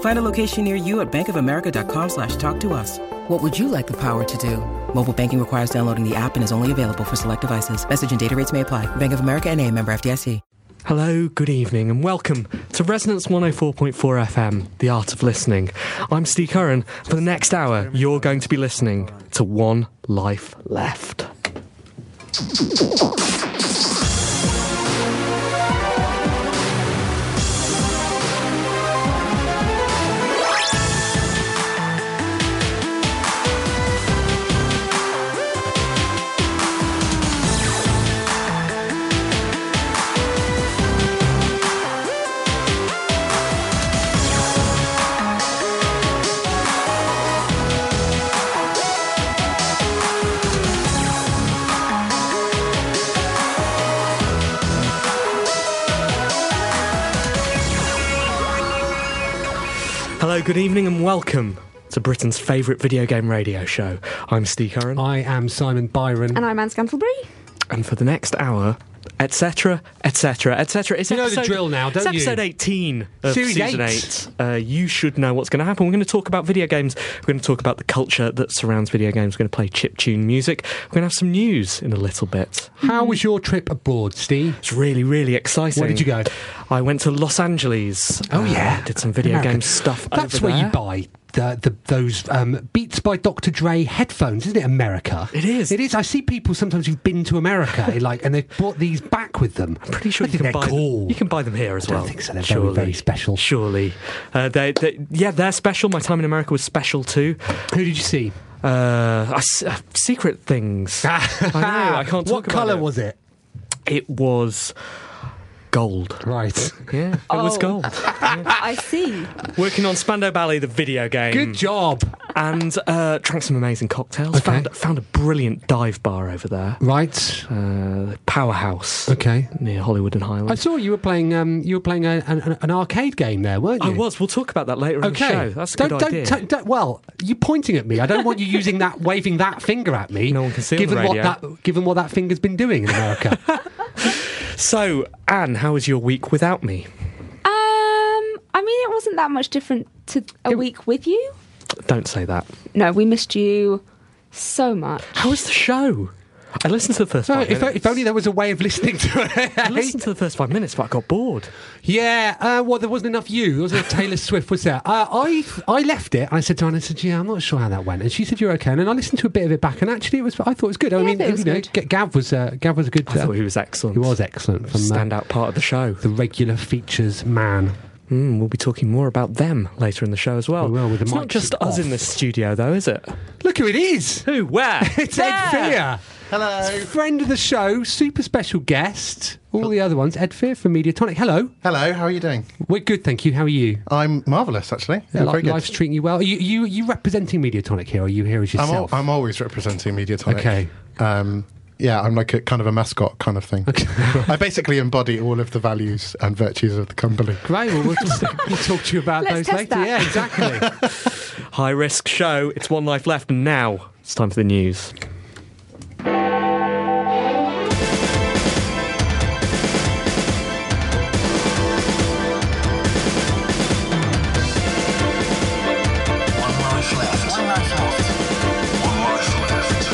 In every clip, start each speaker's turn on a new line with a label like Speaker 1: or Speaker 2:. Speaker 1: Find a location near you at bankofamerica.com slash talk to us. What would you like the power to do? Mobile banking requires downloading the app and is only available for select devices. Message and data rates may apply. Bank of America and a member FDIC.
Speaker 2: Hello, good evening, and welcome to Resonance 104.4 FM, The Art of Listening. I'm Steve Curran. For the next hour, you're going to be listening to One Life Left. Hello, good evening, and welcome to Britain's favourite video game radio show. I'm Steve Curran,
Speaker 3: I am Simon Byron.
Speaker 4: And I'm Anne Scantlebury.
Speaker 2: and for the next hour, etc., etc., etc. It's
Speaker 3: You know the
Speaker 2: episode-
Speaker 3: drill now,
Speaker 2: It's
Speaker 3: don't you?
Speaker 2: episode 18 of
Speaker 3: Series
Speaker 2: season
Speaker 3: eight.
Speaker 2: 8. Uh, you should know what's going to happen. We're going to talk about video games. We're going to talk about the culture that surrounds video games. We're going to play chiptune music. We're going to have some news in a little bit.
Speaker 3: How was your trip abroad, Steve?
Speaker 2: It's really, really exciting.
Speaker 3: Where did you go?
Speaker 2: I went to Los Angeles.
Speaker 3: Oh
Speaker 2: Uh,
Speaker 3: yeah,
Speaker 2: did some video
Speaker 3: America.
Speaker 2: game stuff.
Speaker 3: That's
Speaker 2: over
Speaker 3: where you
Speaker 2: there.
Speaker 3: buy the, the those um, Beats by Dr. Dre headphones, isn't it? America.
Speaker 2: It is.
Speaker 3: It is. I see people sometimes who've been to America, like, and they've brought these back with them. I'm
Speaker 2: Pretty sure
Speaker 3: I
Speaker 2: you can
Speaker 3: think they're
Speaker 2: buy
Speaker 3: cool.
Speaker 2: them. You can buy them here as
Speaker 3: I don't
Speaker 2: well.
Speaker 3: think so. They're very, very special.
Speaker 2: Surely, uh, they, they, yeah, they're special. My time in America was special too.
Speaker 3: Who did you see?
Speaker 2: Uh, I s- uh, secret things. I know. I can't talk
Speaker 3: What
Speaker 2: about
Speaker 3: colour
Speaker 2: it.
Speaker 3: was it?
Speaker 2: It was gold.
Speaker 3: Right.
Speaker 2: Yeah, it was
Speaker 4: Oh.
Speaker 2: gold.
Speaker 4: I see.
Speaker 2: Working on Spando Ballet, the video game.
Speaker 3: Good job.
Speaker 2: And uh, drank some amazing cocktails.
Speaker 3: Okay.
Speaker 2: Found, found a brilliant dive bar over there.
Speaker 3: Right.
Speaker 2: Uh, powerhouse.
Speaker 3: Okay.
Speaker 2: Near Hollywood and
Speaker 3: I
Speaker 2: Highland.
Speaker 3: saw you were playing. Um, you were playing a, an, an arcade game there, weren't
Speaker 2: I
Speaker 3: you?
Speaker 2: was. We'll talk about that later in
Speaker 3: Okay.
Speaker 2: the show. That's a
Speaker 3: don't,
Speaker 2: good
Speaker 3: don't,
Speaker 2: idea.
Speaker 3: don't- don't- well, you're pointing at me. I don't want you using that, waving that finger at me.
Speaker 2: No one can see on the
Speaker 3: given
Speaker 2: radio.
Speaker 3: what that, given what that finger's been doing in America.
Speaker 2: so, Anne, how was your week without me?
Speaker 4: Um, I mean, it wasn't that much different to a week with you.
Speaker 2: Don't say that.
Speaker 4: No, we missed you so much.
Speaker 2: How was the show? I listened to the first
Speaker 3: so
Speaker 2: five
Speaker 3: if,
Speaker 2: minutes.
Speaker 3: if only there was a way of listening to
Speaker 2: I listened
Speaker 3: it.
Speaker 2: to the first five minutes, but I got bored.
Speaker 3: yeah. Uh, well, there wasn't enough you. There wasn't enough Taylor Swift, was there? Uh, I I left it. And I said to Anna, I said, yeah, I'm not sure how that went. And she said, you're okay. And then I listened to a bit of it back, and actually, it was. I thought it was good. I
Speaker 4: Yeah, I
Speaker 3: mean,
Speaker 4: thought it was
Speaker 3: you know,
Speaker 4: good.
Speaker 3: G- Gav was uh, Gav was a good.
Speaker 2: I
Speaker 3: uh,
Speaker 2: thought he was excellent.
Speaker 3: he was excellent from uh,
Speaker 2: standout part of the show.
Speaker 3: the regular features man.
Speaker 2: Mm, we'll be talking more about them later in the show as well.
Speaker 3: We will, with the
Speaker 2: it's not
Speaker 3: mics
Speaker 2: just us
Speaker 3: off.
Speaker 2: in this studio, though, is it?
Speaker 3: Look who it is.
Speaker 2: Who? Where?
Speaker 3: It's Ed Fear.
Speaker 5: Hello.
Speaker 3: Friend of the show, super special guest. All the other ones, Ed Fear from Mediatonic. Hello.
Speaker 5: Hello, how are you doing?
Speaker 3: We're good, thank you. How are you?
Speaker 5: I'm marvellous, actually. Yeah,
Speaker 3: Li-
Speaker 5: very good.
Speaker 3: Life's treating you well. Are you, you you representing Mediatonic here? Or are you here as
Speaker 5: I'm, al-
Speaker 3: yourself?
Speaker 5: I'm always representing Mediatonic.
Speaker 3: Okay.
Speaker 5: Um, yeah, I'm like a kind of a mascot kind of thing. I basically embody all of the values and virtues of the company.
Speaker 3: Great. Well, we'll, just, we'll talk to you about
Speaker 4: Let's
Speaker 3: those later.
Speaker 4: test that.
Speaker 3: Yeah, exactly.
Speaker 2: High risk show. It's one life left, and now it's time for the news.
Speaker 6: One life left. One life left. One life left.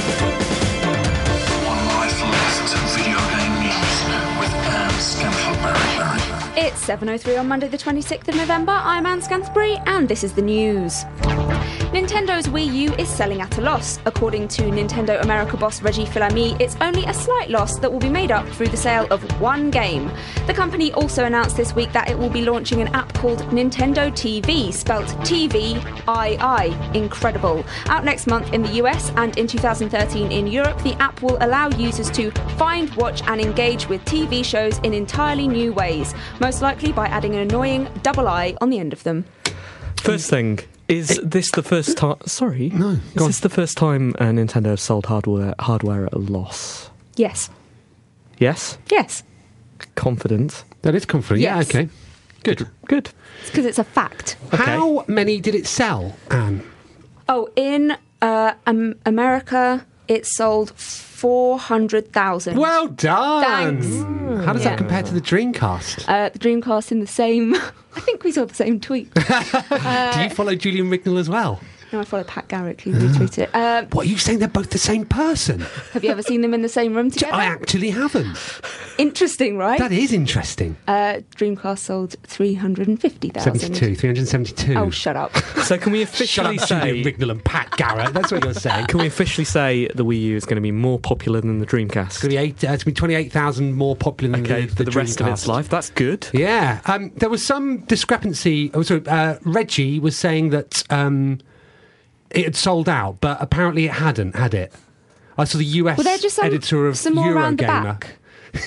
Speaker 6: One life left. Video game news with Anne Scantleberry.
Speaker 4: oh It's 7.03 on Monday the 26th of November. I'm Anne Scansbury and this is the news. Nintendo's Wii U is selling at a loss. According to Nintendo America boss Reggie Fils-Aimé, it's only a slight loss that will be made up through the sale of one game. The company also announced this week that it will be launching an app called Nintendo TV, spelt TVII. Incredible. Out next month in the US and in 2013 in Europe, the app will allow users to find, watch, and engage with TV shows in entirely new ways, most likely by adding an annoying double I on the end of them.
Speaker 2: First thing is this the first time? Sorry, no. Is this the first time uh, Nintendo have sold hardware hardware at a loss?
Speaker 4: Yes.
Speaker 2: Yes,
Speaker 4: Yes.
Speaker 2: confident.
Speaker 3: That is confident.
Speaker 4: Yes.
Speaker 3: Yeah, okay. Good.
Speaker 2: Good.
Speaker 4: It's because it's a fact.
Speaker 3: How many did it sell, Anne?
Speaker 4: Oh, in uh, um, America, it sold 400,000.
Speaker 3: Well done.
Speaker 4: Thanks.
Speaker 3: How does
Speaker 4: Yeah.
Speaker 3: that compare to the Dreamcast?
Speaker 4: Uh, the Dreamcast in the same. I think we saw the same tweet. Uh,
Speaker 3: Do you follow Julian Rignall as well?
Speaker 4: no, I follow Pat Garrick, who retweeted it. Um,
Speaker 3: What are you saying? They're both the same person.
Speaker 4: have you ever seen them in the same room together?
Speaker 3: I actually haven't.
Speaker 4: Interesting, right?
Speaker 3: That is interesting.
Speaker 4: uh, Dreamcast sold 350,000.
Speaker 3: 72, 372.
Speaker 4: Oh, shut up.
Speaker 2: So can we
Speaker 3: Shut
Speaker 2: officially
Speaker 3: up, Julian
Speaker 2: say?
Speaker 3: Rignall and Pat Garrett. That's what you're saying.
Speaker 2: Can we officially say the Wii U is going to be more popular than the
Speaker 3: It's
Speaker 2: Dreamcast?
Speaker 3: going to be, eight, uh, it's gonna be 28,000 more popular than
Speaker 2: Okay,
Speaker 3: the,
Speaker 2: for the rest of
Speaker 3: Dreamcast.
Speaker 2: its life, that's good.
Speaker 3: Yeah. Um, there was some discrepancy. Oh, sorry, uh, Reggie was saying that um, it had sold out, but apparently it hadn't, had it? I saw the US
Speaker 4: Well, there's just some-
Speaker 3: editor of
Speaker 4: some more around the
Speaker 3: Eurogamer.
Speaker 4: back.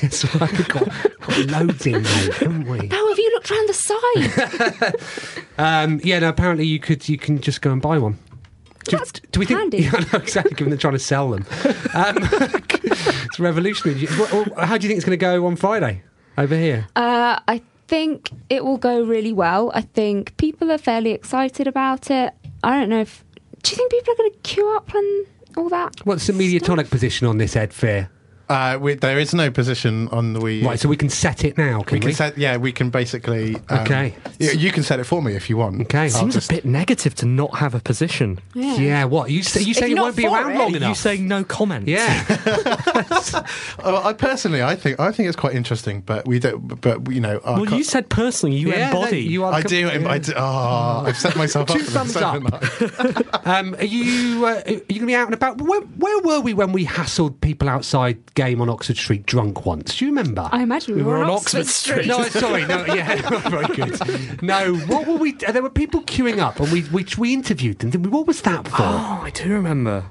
Speaker 3: That's why we got, got loads in, mate, haven't we?
Speaker 4: How have you looked round the side?
Speaker 3: Um, yeah, no, apparently you could you can just go and buy one. Do,
Speaker 4: That's
Speaker 3: do we think?
Speaker 4: handy.
Speaker 3: Yeah, I know, exactly. Given they're trying to sell them, um, it's revolutionary. Do you- wh- wh- How do you think it's going to go on Friday over here?
Speaker 4: Uh, I think it will go really well. I think people are fairly excited about it. I don't know if. Do you think people are going to queue up and all that?
Speaker 3: What's the Mediatonic position on this, Ed Fear?
Speaker 5: Uh, we, there is no position on the Wii. U.
Speaker 3: Right, so we can set it now. Can
Speaker 5: we
Speaker 3: we?
Speaker 5: can set. Yeah, we can basically. um,
Speaker 3: Okay.
Speaker 5: You, you can set it for me if you want.
Speaker 3: okay.
Speaker 5: I'll
Speaker 2: Seems
Speaker 5: just-
Speaker 2: a bit negative to not have a position.
Speaker 3: yeah. What you say? You say it
Speaker 4: you're
Speaker 3: won't
Speaker 4: not
Speaker 3: be
Speaker 4: for
Speaker 3: around
Speaker 4: it,
Speaker 3: long
Speaker 2: Are
Speaker 3: enough?
Speaker 2: you saying no comment?
Speaker 3: yeah.
Speaker 5: Oh, I personally, I think, I think it's quite interesting, but we don't. But you know, our
Speaker 2: Well,
Speaker 5: co-
Speaker 2: you said personally you
Speaker 3: yeah, no,
Speaker 2: embody.
Speaker 3: you are
Speaker 5: I
Speaker 3: com-
Speaker 5: do. I do. Oh, I've set myself up.
Speaker 3: Two
Speaker 5: for this,
Speaker 3: thumbs up.
Speaker 5: haven't I?
Speaker 3: Um, are you uh, are you going to be out and about? Where, where were we when we hassled people outside game on Oxford Street drunk once? Do you remember?
Speaker 4: I imagine we,
Speaker 2: were on Oxford
Speaker 3: No, I- sorry, no, yeah, very good. No, what were we? There were people queuing up, and we we, we interviewed them. Didn't we? What was that for?
Speaker 2: Oh, I do remember.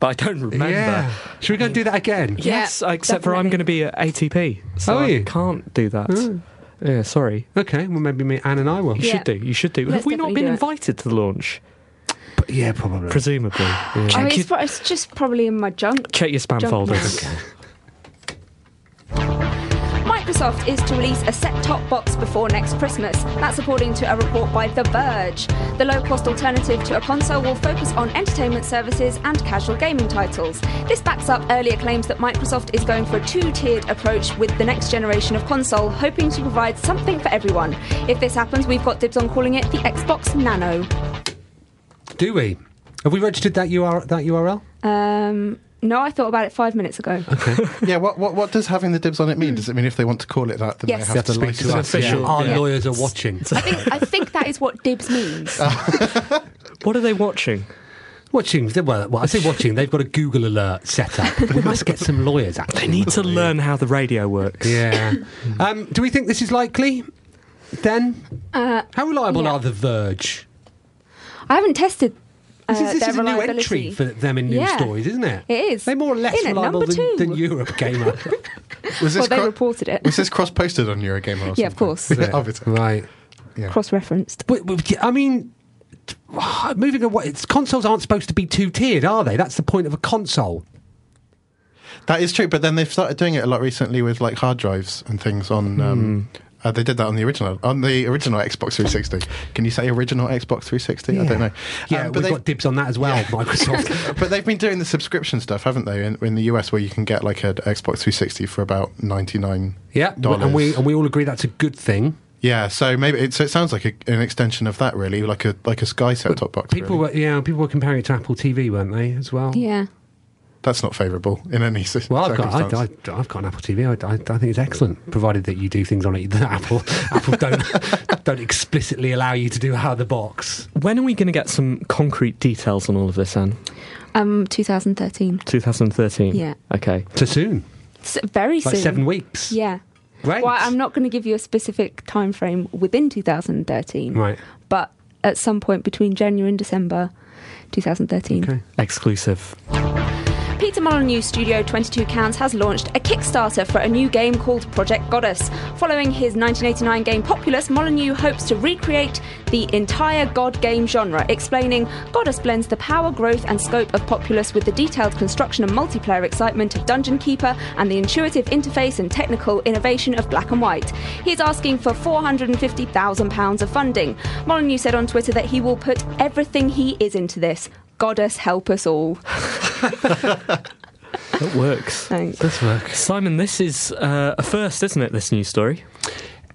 Speaker 2: But I don't remember.
Speaker 3: yeah. Should we go and do that again?
Speaker 2: Yes,
Speaker 4: Yeah,
Speaker 2: except for I'm
Speaker 4: definitely.
Speaker 2: going to be at ATP. So
Speaker 3: Are
Speaker 2: I
Speaker 3: you?
Speaker 2: can't do that. Yeah, sorry.
Speaker 3: Okay. Well, maybe me, Anne, and I will.
Speaker 2: You
Speaker 4: Yeah.
Speaker 2: should do. You should do.
Speaker 4: Let's
Speaker 2: Have we not
Speaker 4: definitely
Speaker 2: been
Speaker 4: do it.
Speaker 2: invited to the launch?
Speaker 3: But yeah, probably.
Speaker 2: Presumably. Yeah.
Speaker 4: I mean,
Speaker 2: Check,
Speaker 4: it's,
Speaker 2: your,
Speaker 4: pro- it's just probably in my junk.
Speaker 2: check your spam
Speaker 4: junk
Speaker 2: folders.
Speaker 4: mail. Microsoft is to release a set-top box before next Christmas. That's according to a report by The Verge. The low-cost alternative to a console will focus on entertainment services and casual gaming titles. This backs up earlier claims that Microsoft is going for a two-tiered approach with the next generation of console, hoping to provide something for everyone. If this happens, we've got dibs on calling it the Xbox Nano.
Speaker 3: Do we? Have we registered that URL? That URL?
Speaker 4: Um, no, I thought about it five minutes ago.
Speaker 5: Yeah, what, what what does having the dibs on it mean? Does it mean if they want to call it that, then
Speaker 4: Yes.
Speaker 5: they
Speaker 4: They
Speaker 5: have to license
Speaker 3: It's
Speaker 5: it?
Speaker 3: an
Speaker 2: official-
Speaker 3: Our
Speaker 2: Yeah.
Speaker 3: lawyers are watching.
Speaker 4: I think I think that is what dibs means.
Speaker 3: Ah.
Speaker 2: What are they watching?
Speaker 3: watching. Well, well, I say watching. They've got a Google alert set up. We must get some lawyers. Actually,
Speaker 2: They need to learn how the radio works.
Speaker 3: Yeah. um, do we think this is likely? Then, how reliable
Speaker 4: yeah.
Speaker 3: are the Verge?
Speaker 4: I haven't tested. Uh,
Speaker 3: This is, this
Speaker 4: their
Speaker 3: is a new entry
Speaker 4: reliability.
Speaker 3: for them in news
Speaker 4: Yeah.
Speaker 3: stories, isn't it?
Speaker 4: It is.
Speaker 3: They're more or less
Speaker 4: In at
Speaker 3: reliable
Speaker 4: number
Speaker 3: than,
Speaker 4: two.
Speaker 3: than Europe Gamer.
Speaker 5: Was
Speaker 4: Well, they
Speaker 5: cro-
Speaker 4: reported it.
Speaker 5: Was this cross-posted on Eurogamer? Or something?
Speaker 4: Yeah, of course.
Speaker 5: Yeah, obviously.
Speaker 3: right.
Speaker 4: Cross-referenced.
Speaker 3: But, but, I mean, t- moving away, it's, consoles aren't supposed to be two tiered, are they? That's the point of a console.
Speaker 5: That is true, but then they've started doing it a lot recently with like hard drives and things on. Um, uh, they did that on the original on the original Xbox 360. Can you say original Xbox 360? I don't know.
Speaker 3: Yeah,
Speaker 5: Um, but
Speaker 3: we've
Speaker 5: they-
Speaker 3: got dibs on that as well, Microsoft.
Speaker 5: but they've been doing the subscription stuff, haven't they? In, in the US, where you can get like an Xbox 360 for about 99.
Speaker 3: yeah, and we and we all agree that's a good thing.
Speaker 5: Yeah, so maybe it, so it sounds like a, an extension of that, really, like a like a Sky set top box.
Speaker 3: People
Speaker 5: really.
Speaker 3: were yeah, people were comparing it to Apple TV, weren't they, as well?
Speaker 4: Yeah.
Speaker 5: That's not favourable in any si-
Speaker 3: Well, I've
Speaker 5: circumstance.
Speaker 3: got, I, I, I've got an Apple TV. I, I, I think it's excellent, provided that you do things on it that Apple Apple don't don't explicitly allow you to do out of the box.
Speaker 2: When are we going to get some concrete details on all of this, Anne?
Speaker 4: Um, 2013.
Speaker 2: 2013?
Speaker 4: Yeah.
Speaker 2: Okay.
Speaker 3: So soon,
Speaker 4: S very
Speaker 3: like
Speaker 4: soon.
Speaker 3: seven weeks.
Speaker 4: Yeah.
Speaker 3: Great.
Speaker 4: Well, I'm not going to give you a specific time frame within 2013,
Speaker 3: Right.
Speaker 4: but at some point between January and December 2013.
Speaker 3: Okay.
Speaker 2: Exclusive.
Speaker 4: Peter Molyneux Studio 22 Cans has launched a Kickstarter for a new game called Project Goddess. Following his 1989 game Populous, Molyneux hopes to recreate the entire God game genre, explaining Goddess blends the power, growth, and scope of Populous with the detailed construction and multiplayer excitement of Dungeon Keeper and the intuitive interface and technical innovation of Black and White. He is asking for £450,000 of funding. Molyneux said on Twitter that he will put everything he is into this. Goddess help us all.
Speaker 2: It works.
Speaker 4: Thanks.
Speaker 3: Does work.
Speaker 2: Simon, this is uh, a first, isn't it? This news story.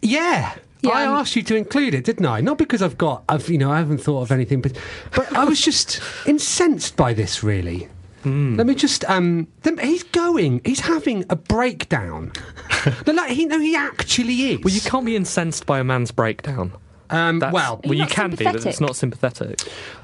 Speaker 3: Yeah.
Speaker 4: Yeah,
Speaker 3: I
Speaker 4: um,
Speaker 3: asked you to include it, didn't I? Not because I've got, I've you know, I haven't thought of anything, but but I was just incensed by this. Really,
Speaker 2: Hmm.
Speaker 3: let me just. um them- He's going. He's having a breakdown. no, like, he, no, he actually is.
Speaker 2: Well, you can't be incensed by a man's breakdown.
Speaker 3: Um,
Speaker 2: That's-
Speaker 3: well,
Speaker 2: well, you
Speaker 4: not
Speaker 2: can be, but it's
Speaker 4: sympathetic.
Speaker 2: not sympathetic.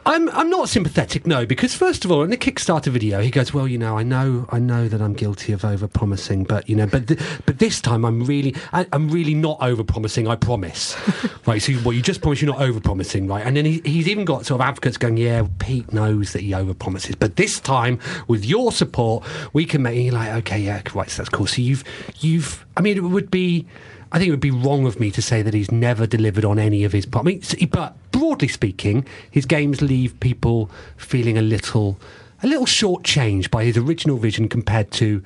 Speaker 3: I'm I'm not sympathetic, no, because first of all, in the Kickstarter video, he goes, "Well, you know, I know, I know that I'm guilty of over-promising, but you know, but th- but this time I'm really, I, I'm really not over-promising. I promise, right? So, you- well, you just promise you're not over-promising, right? And then he, he's even got sort of advocates going, "Yeah, Pete knows that he over-promises, but this time with your support, we can make." And you're like, "Okay, yeah, right, so that's cool." So you've you've, I mean, it would be. I think it would be wrong of me to say that he's never delivered on any of his. pro- I mean, s- but broadly speaking, his games leave people feeling a little, a little shortchanged by his original vision compared to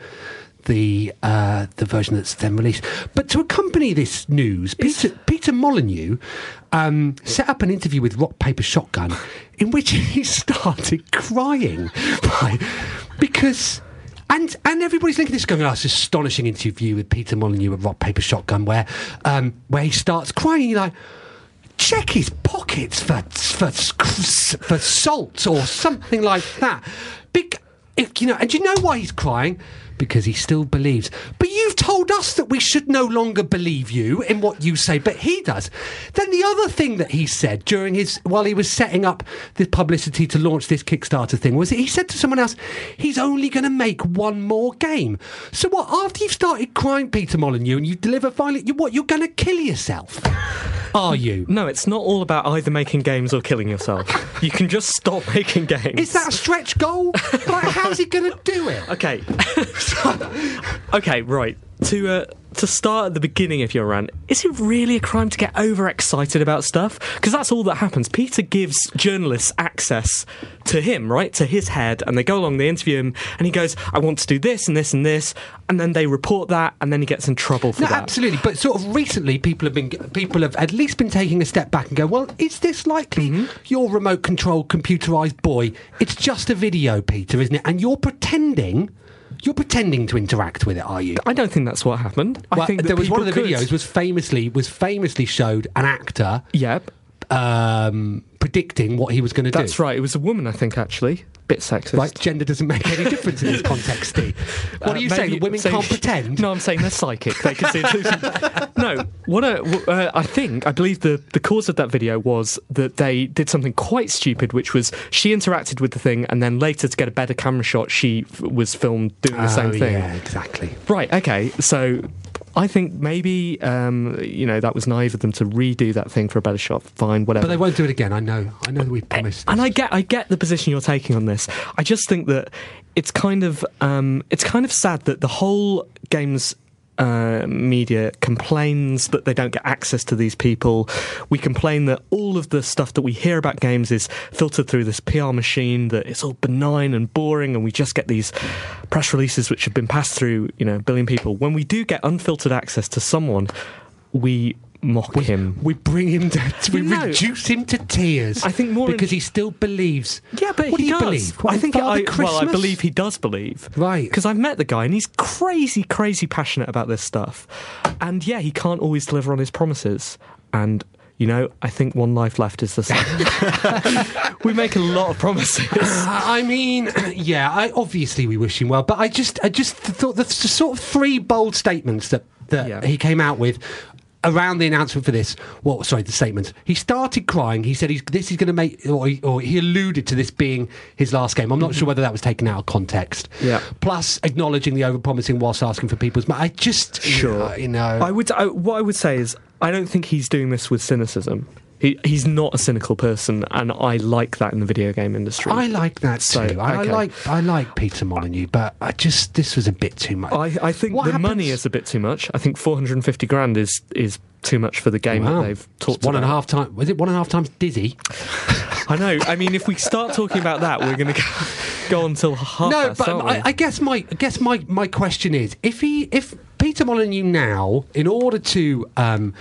Speaker 3: the uh, the version that's then released. But to accompany this news, Peter Peter Molyneux um, set up an interview with Rock Paper Shotgun, in which he started crying by, because. And and everybody's linking this going, oh, it's an astonishing interview with Peter Molyneux at Rock Paper Shotgun where um, where he starts crying. You're like, check his pockets for for for salt or something like that. Big, if you know, and do you know why he's crying? Because he still believes. But you've told us that we should no longer believe you in what you say, but he does. Then the other thing that he said during his while he was setting up the publicity to launch this Kickstarter thing was that he said to someone else, he's only going to make one more game. So what? After you've started crying, Peter Molyneux, and you deliver violent, you what? You're going to kill yourself, are you?
Speaker 2: No, it's not all about either making games or killing yourself. you can just stop making games.
Speaker 3: Is that a stretch goal? like, how's he going to do it?
Speaker 2: okay? okay, right. To uh, to start at the beginning of your rant, is it really a crime to get overexcited about stuff? Because that's all that happens. Peter gives journalists access to him, right, to his head, and they go along, they interview him, and he goes, "I want to do this and this and this," and then they report that, and then he gets in trouble for
Speaker 3: No,
Speaker 2: that.
Speaker 3: absolutely. But sort of recently, people have been people have at least been taking a step back and go, "Well, is this likely?
Speaker 2: Mm-hmm.
Speaker 3: Your remote control, computerized boy. It's just a video, Peter, isn't it? And you're pretending, you're pretending to interact with it, are you?
Speaker 2: I don't think that's what happened. I
Speaker 3: Well,
Speaker 2: think that
Speaker 3: there was one of the
Speaker 2: people could-
Speaker 3: videos was famously was famously showed an actor
Speaker 2: Yep.
Speaker 3: um, predicting what he was going to do.
Speaker 2: That's right. It was a woman, I think, actually. Bit sexist.
Speaker 3: Right, gender doesn't make any difference in this context, Steve. What
Speaker 2: Uh,
Speaker 3: are you saying?
Speaker 2: maybe-
Speaker 3: That women
Speaker 2: so-
Speaker 3: can't pretend?
Speaker 2: No, I'm saying they're psychic. They can see it. no, what I, w- uh, I think, I believe the, the cause of that video was that they did something quite stupid, which was she interacted with the thing, and then later to get a better camera shot, she f- was filmed doing the same
Speaker 3: Oh,
Speaker 2: thing.
Speaker 3: Yeah, exactly.
Speaker 2: Right. Okay. So. I think maybe um, you know that was naive of them to redo that thing for a better shot. Fine, whatever.
Speaker 3: But they won't do it again. I know. I know that we promised.
Speaker 2: and I get I get the position you're taking on this. I just think that it's kind of um, it's kind of sad that the whole games. Uh, media complains that they don't get access to these people. We complain that all of the stuff that we hear about games is filtered through this PR machine. That it's all benign and boring, and we just get these press releases which have been passed through, you know, a billion people. When we do get unfiltered access to someone, we mock him.
Speaker 3: We bring him down. We
Speaker 2: No.
Speaker 3: reduce him to tears.
Speaker 2: I think more in-
Speaker 3: because he still believes.
Speaker 2: Yeah, but
Speaker 3: what
Speaker 2: he
Speaker 3: do
Speaker 2: does.
Speaker 3: You believe? What,
Speaker 2: I think
Speaker 3: Father
Speaker 2: I, well, I
Speaker 3: Christmas?
Speaker 2: believe he does believe.
Speaker 3: Right.
Speaker 2: Because I've met the guy and he's crazy, crazy passionate about this stuff. And yeah, he can't always deliver on his promises. And You know, I think one life left is the same. we make a lot of promises.
Speaker 3: I I mean, yeah, I, obviously we wish him well, but I just, I just th- thought the, the sort of three bold statements that that
Speaker 2: Yeah.
Speaker 3: he came out with around the announcement for this. Well, sorry, the statements. He started crying. He said he's this is going to make, or he, or he alluded to this being his last game. I'm not sure whether that was taken out of context.
Speaker 2: Mm-hmm. Yeah.
Speaker 3: Plus, acknowledging the overpromising whilst asking for people's. mo- I just,
Speaker 2: Sure.
Speaker 3: you know,
Speaker 2: I would. I, what I would say is, I don't think he's doing this with cynicism. He, he's not a cynical person, and I like that in the video game industry.
Speaker 3: I like that
Speaker 2: So,
Speaker 3: too. I, I
Speaker 2: okay.
Speaker 3: like I like Peter Molyneux, but I just this was a bit too much.
Speaker 2: I, I think
Speaker 3: What
Speaker 2: the
Speaker 3: happens-
Speaker 2: money is a bit too much. I think 450 grand is is too much for the game
Speaker 3: Wow.
Speaker 2: that they've
Speaker 3: It's
Speaker 2: talked
Speaker 3: one
Speaker 2: about.
Speaker 3: and a half time. Was it one and a half times dizzy?
Speaker 2: I know. I mean, if we start talking about that, we're going to go on till half.
Speaker 3: no,
Speaker 2: past,
Speaker 3: but
Speaker 2: aren't
Speaker 3: I,
Speaker 2: we?
Speaker 3: I guess my I guess my, my question is if he if Peter Molyneux now, in order to um,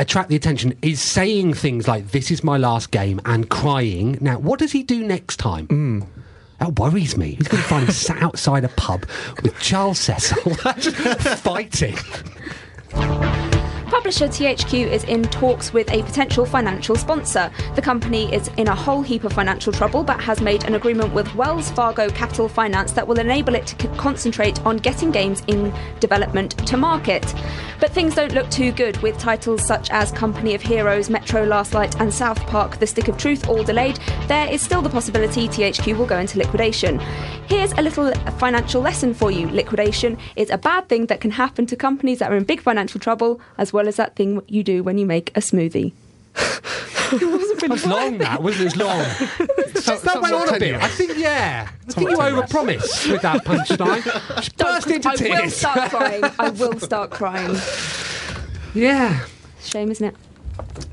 Speaker 3: attract the attention, is saying things like "This is my last game" and crying. Now, what does he do next time? That worries me. He's going to find him sat outside a pub with Charles Cecil fighting.
Speaker 4: Publisher THQ is in talks with a potential financial sponsor. The company is in a whole heap of financial trouble but has made an agreement with Wells Fargo Capital Finance that will enable it to c- concentrate on getting games in development to market. But things don't look too good with titles such as Company of Heroes, Metro Last Light, and South Park The Stick of Truth all delayed. There is still the possibility THQ will go into liquidation. Here's a little financial lesson for you liquidation is a bad thing that can happen to companies that are in big financial trouble, as well as that thing you do when you make a smoothie. it wasn't really
Speaker 3: It's long, that wasn't it? It's long.
Speaker 5: So-
Speaker 3: that went on
Speaker 5: somewhat
Speaker 3: a bit.
Speaker 5: tenuous.
Speaker 3: I think, yeah. I think you overpromised with that punchline. Just burst into
Speaker 4: I will
Speaker 3: tears.
Speaker 4: start crying. I will start crying.
Speaker 3: Yeah.
Speaker 4: Shame, isn't it?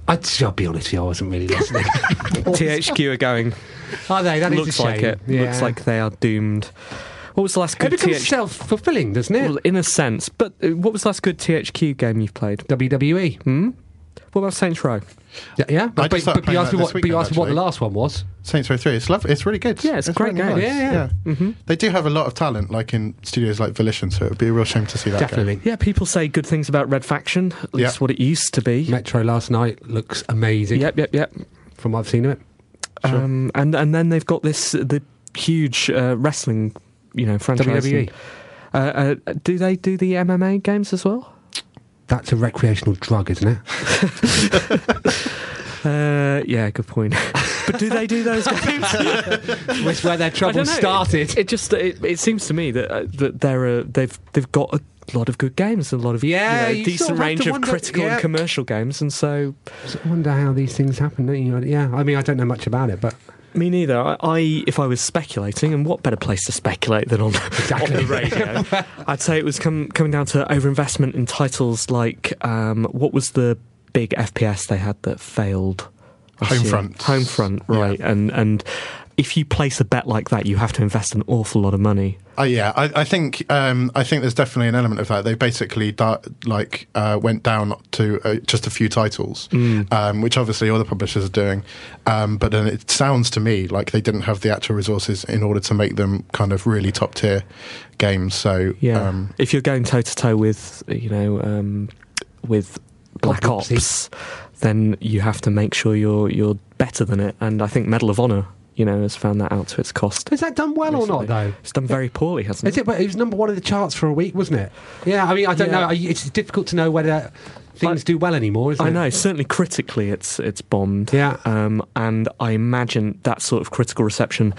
Speaker 3: I'd, I'll be honest with you, I wasn't really listening.
Speaker 2: THQ are going.
Speaker 3: Are they? That is
Speaker 2: looks
Speaker 3: a shame.
Speaker 2: like it.
Speaker 3: Yeah.
Speaker 2: Looks like they are doomed. What was the last
Speaker 3: It
Speaker 2: good
Speaker 3: becomes
Speaker 2: THQ?
Speaker 3: self fulfilling, doesn't it?
Speaker 2: Well, in a sense, but uh, what was the last good THQ game you've played? Hmm?
Speaker 3: WWE.
Speaker 2: What about Saints Row?
Speaker 3: E. Yeah. yeah.
Speaker 5: I
Speaker 3: But,
Speaker 5: just started
Speaker 3: but you
Speaker 5: playing
Speaker 3: asked me
Speaker 5: that this
Speaker 3: what, but you
Speaker 5: weekend,
Speaker 3: asked me what the
Speaker 5: actually.
Speaker 3: last one was.
Speaker 5: Saints Row Three. It's lovely. It's really good.
Speaker 2: Yeah, it's a great game.
Speaker 3: Yeah, yeah.
Speaker 2: Mm-hmm.
Speaker 3: Mm-hmm.
Speaker 5: They do have a lot of talent, like in studios like Volition. So it would be a real shame to see that. go.
Speaker 3: Definitely.
Speaker 2: Yeah, people say good things about Red Faction. At least
Speaker 5: Yeah.
Speaker 2: what it used to be.
Speaker 3: Metro last night looks amazing
Speaker 2: Yep, yep, yep.
Speaker 3: from what I've seen of it.
Speaker 2: Um, and and then they've got this uh, the huge uh, wrestling, you know, franchise.
Speaker 3: WWE.
Speaker 2: And, uh, uh, do they do the MMA games as well?
Speaker 3: That's a recreational drug, isn't it?
Speaker 2: Uh, yeah, good point. but do they do those games?
Speaker 3: That's where their
Speaker 2: I don't
Speaker 3: trouble
Speaker 2: know.
Speaker 3: started.
Speaker 2: It, it just it, it seems to me that uh, that they're uh, they've they've got a lot of good games and a lot of
Speaker 3: Yeah,
Speaker 2: you know,
Speaker 3: you
Speaker 2: decent
Speaker 3: sort of have
Speaker 2: range
Speaker 3: to
Speaker 2: of
Speaker 3: wonder-
Speaker 2: critical
Speaker 3: yeah.
Speaker 2: and commercial games, and so
Speaker 3: I wonder how these things happen, don't you? Yeah, I mean, I don't know much about it, but
Speaker 2: me neither. I, I if I was speculating, and what better place to speculate than on,
Speaker 3: Exactly.
Speaker 2: on the radio? I'd say it was com- coming down to overinvestment in titles like um, what was the big FPS they had that failed? last year?
Speaker 5: Homefront.
Speaker 2: Homefront, right? And and if you place a bet like that, you have to invest an awful lot of money.
Speaker 5: Oh yeah, I, I think um, I think there's definitely an element of that. They basically da- like uh, went down to uh, just a few titles,
Speaker 2: Hmm.
Speaker 5: um, which obviously all the publishers are doing. Um, but then it sounds to me like they didn't have the actual resources in order to make them kind of really top tier games. So
Speaker 2: Yeah.
Speaker 5: um,
Speaker 2: if you're going toe to toe with, you know, um, with Black
Speaker 3: Ops, yeah.
Speaker 2: Ops, then you have to make sure you're you're better than it. And I think Medal of Honor, you know, has found that out to its cost.
Speaker 3: has that done well or
Speaker 2: recently.
Speaker 3: not though?
Speaker 2: It's done very poorly, hasn't
Speaker 3: Is it? But it was number one in the charts for a week, wasn't it? Yeah, I mean, I don't
Speaker 2: Yeah.
Speaker 3: know. I- It's difficult to know whether things
Speaker 2: I-
Speaker 3: do well anymore, isn't
Speaker 2: I
Speaker 3: it?
Speaker 2: know. Certainly, critically, it's it's bombed.
Speaker 3: Yeah.
Speaker 2: Um, and I imagine that sort of critical reception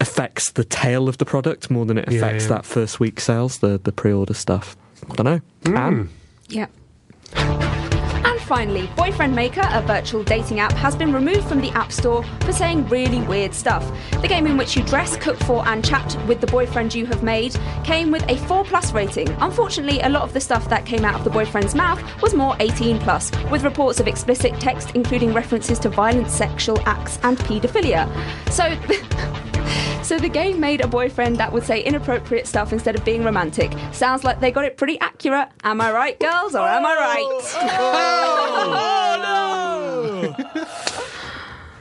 Speaker 2: affects the tail of the product more than it
Speaker 3: Yeah,
Speaker 2: affects
Speaker 3: yeah.
Speaker 2: that first week sales, the the pre-order stuff. I don't know.
Speaker 3: Hmm.
Speaker 2: Anne?
Speaker 4: Yeah. And finally, Boyfriend Maker, a virtual dating app, has been removed from the App Store for saying really weird stuff. The game in which you dress, cook for, and chat with the boyfriend you have made came with a 4 plus rating. Unfortunately, a lot of the stuff that came out of the boyfriend's mouth was more 18 plus, with reports of explicit text including references to violent sexual acts and paedophilia. So. So the game made a boyfriend that would say inappropriate stuff instead of being romantic. Sounds like they got it pretty accurate. Am I right, girls, or am I
Speaker 3: Oh.
Speaker 4: right?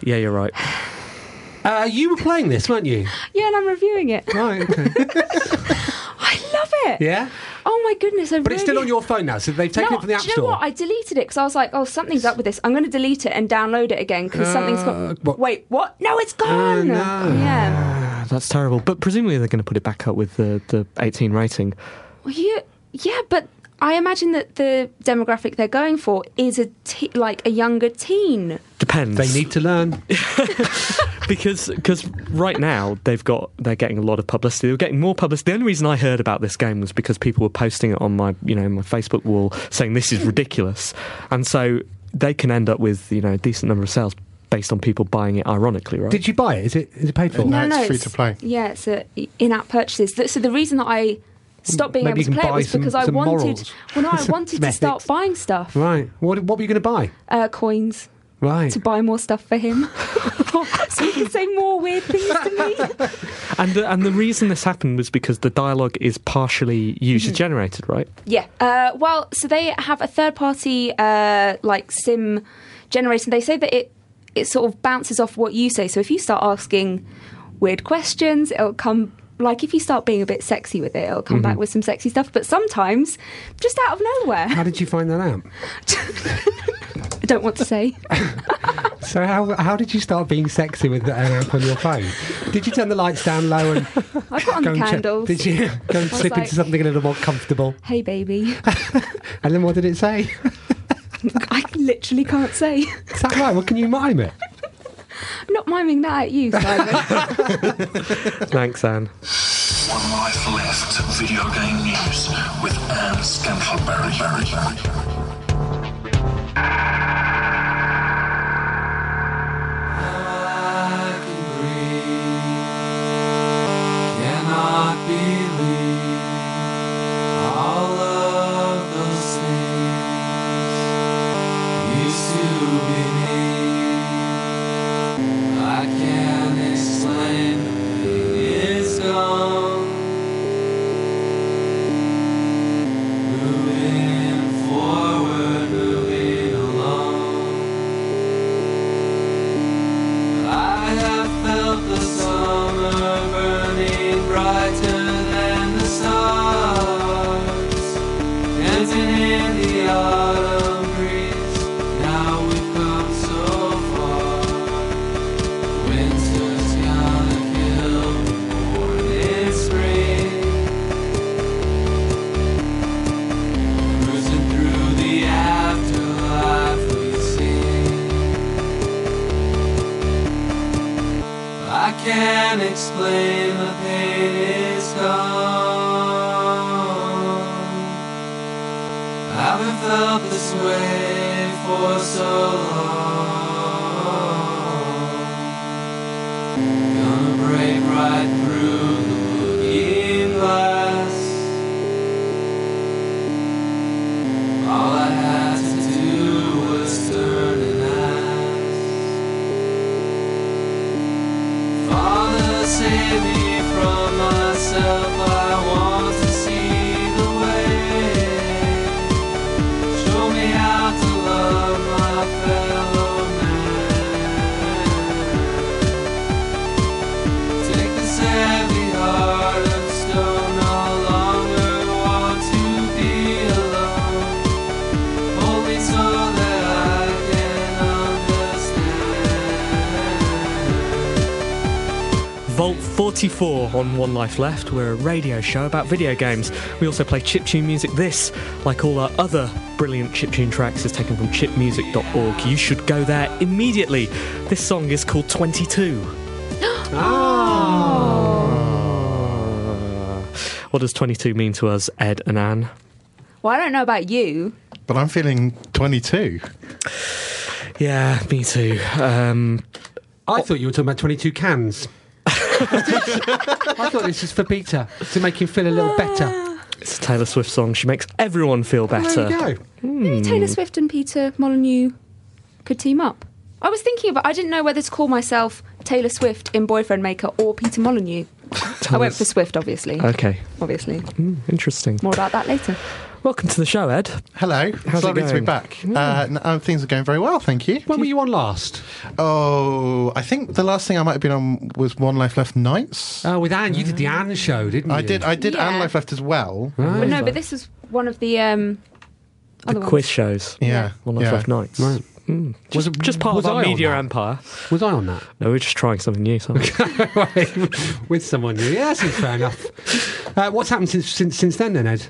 Speaker 2: Yeah, you're right.
Speaker 3: Uh, you were playing this, weren't you?
Speaker 4: Yeah, and I'm reviewing it.
Speaker 3: Right. Okay.
Speaker 4: I love it.
Speaker 3: yeah.
Speaker 4: Oh my goodness! I
Speaker 3: But it's still
Speaker 4: really-
Speaker 3: on your phone now, so they've taken
Speaker 4: no,
Speaker 3: it from the App
Speaker 4: do you know
Speaker 3: Store.
Speaker 4: what? I deleted it because I was like, "Oh, something's up with this. I'm going to delete it and download it again because something's
Speaker 3: Uh,
Speaker 4: got."
Speaker 3: what- Oh,
Speaker 4: Wait, what? No, it's gone.
Speaker 3: no.
Speaker 4: Yeah.
Speaker 7: Ah, that's terrible. But presumably they're going to put it back up with the, the 18 rating.
Speaker 4: Well, you, yeah, but I imagine that the demographic they're going for is a te- like a younger teen.
Speaker 7: Depends.
Speaker 3: they need to learn.
Speaker 7: because because right now they've got they're getting a lot of publicity. They're getting more publicity. The only reason I heard about this game was because people were posting it on my you know my Facebook wall saying this is ridiculous, and so they can end up with you know a decent number of sales based on people buying it ironically, right?
Speaker 3: Did you buy it? Is it is it paid for?
Speaker 5: No. it's free to play.
Speaker 4: Yeah, it's a, in-app purchases. Th- So the reason that I stopped being
Speaker 3: Maybe you
Speaker 4: able to
Speaker 3: can
Speaker 4: play it
Speaker 3: buy
Speaker 4: was
Speaker 3: some-
Speaker 4: because I
Speaker 3: some
Speaker 4: wanted.
Speaker 3: morals.
Speaker 4: Well, no, I
Speaker 3: Some
Speaker 4: wanted to
Speaker 3: ethics.
Speaker 4: start buying stuff,
Speaker 3: Right. What what were you going to buy?
Speaker 4: uh, coins.
Speaker 3: Right.
Speaker 4: To buy more stuff for him, so he can say more weird things to me.
Speaker 7: and the, and the reason this happened was because the dialogue is
Speaker 3: Mm-hmm.
Speaker 7: partially user generated, right?
Speaker 4: Yeah. Uh, well, so they have a third party uh, like sim generation. They say that it it sort of bounces off what you say. So if you start asking weird questions, it'll come. Like if you start being a bit sexy with it, it'll come
Speaker 3: Mm-hmm.
Speaker 4: back with some sexy stuff. But sometimes, just out of nowhere,
Speaker 3: How did you find that out?
Speaker 4: I don't want to say.
Speaker 3: So how how did you start being sexy with an app on your phone? Did you turn the lights down low and
Speaker 4: I put on
Speaker 3: go
Speaker 4: the
Speaker 3: and check-
Speaker 4: candles.
Speaker 3: Did you go and
Speaker 4: was
Speaker 3: slip
Speaker 4: like-
Speaker 3: into something a little more comfortable?
Speaker 4: Hey, baby.
Speaker 3: And then what did it say?
Speaker 4: I literally can't say.
Speaker 3: Is that right? Well, can you mime it?
Speaker 4: I'm not miming that at you, Simon.
Speaker 7: Thanks, Anne.
Speaker 6: One Life Left Video Game News with Anne Scantleberry.
Speaker 7: Vault 44 on One Life Left. We're a radio show about video games. We also play chiptune music. This, like all our other brilliant chiptune tracks, is taken from chipmusic.org. You should go there immediately. This song is called 22. Ah. What does 22 mean to us, Ed and Anne?
Speaker 4: well, I don't know about you.
Speaker 5: But I'm feeling 22.
Speaker 7: Yeah, me too. Um,
Speaker 3: I thought you were talking about 22 cans. I thought this was for Peter to make him feel a little better.
Speaker 7: it's a Taylor Swift song. She makes everyone feel better.
Speaker 3: There you go.
Speaker 2: Mm.
Speaker 4: Taylor Swift and Peter Molyneux could team up. I was thinking about I didn't know whether to call myself Taylor Swift in Boyfriend Maker or Peter Molyneux. I went for Swift, obviously.
Speaker 7: Okay,
Speaker 4: Obviously.
Speaker 7: interesting.
Speaker 4: More about that later.
Speaker 2: Welcome to the show, Ed.
Speaker 5: Hello.
Speaker 2: How's it
Speaker 5: it's lovely to
Speaker 2: going? Hmm.
Speaker 5: be back. Uh, n- uh, things are going very well, thank you.
Speaker 3: When were you on last?
Speaker 5: Oh, I think the last thing I might have been on was One Life Left Nights.
Speaker 3: Oh, with Anne, you did the Anne show, didn't you?
Speaker 5: I did. I did.
Speaker 4: Yeah.
Speaker 5: And Life Left as well.
Speaker 4: But no, but this was one of the um, other
Speaker 2: The
Speaker 4: ones.
Speaker 2: quiz shows.
Speaker 5: Yeah.
Speaker 2: One Life
Speaker 5: yeah.
Speaker 2: Left Nights.
Speaker 3: Right. Hmm.
Speaker 2: Mm.
Speaker 3: Was
Speaker 2: Just,
Speaker 3: it-
Speaker 2: just part
Speaker 3: was
Speaker 2: of our
Speaker 3: I on
Speaker 2: media
Speaker 3: that?
Speaker 2: empire.
Speaker 3: Was I on that?
Speaker 2: No, we're just trying something new. So.
Speaker 3: with someone new. Yeah, that seems fair enough. Uh, what's happened since, since since then, then, Ed?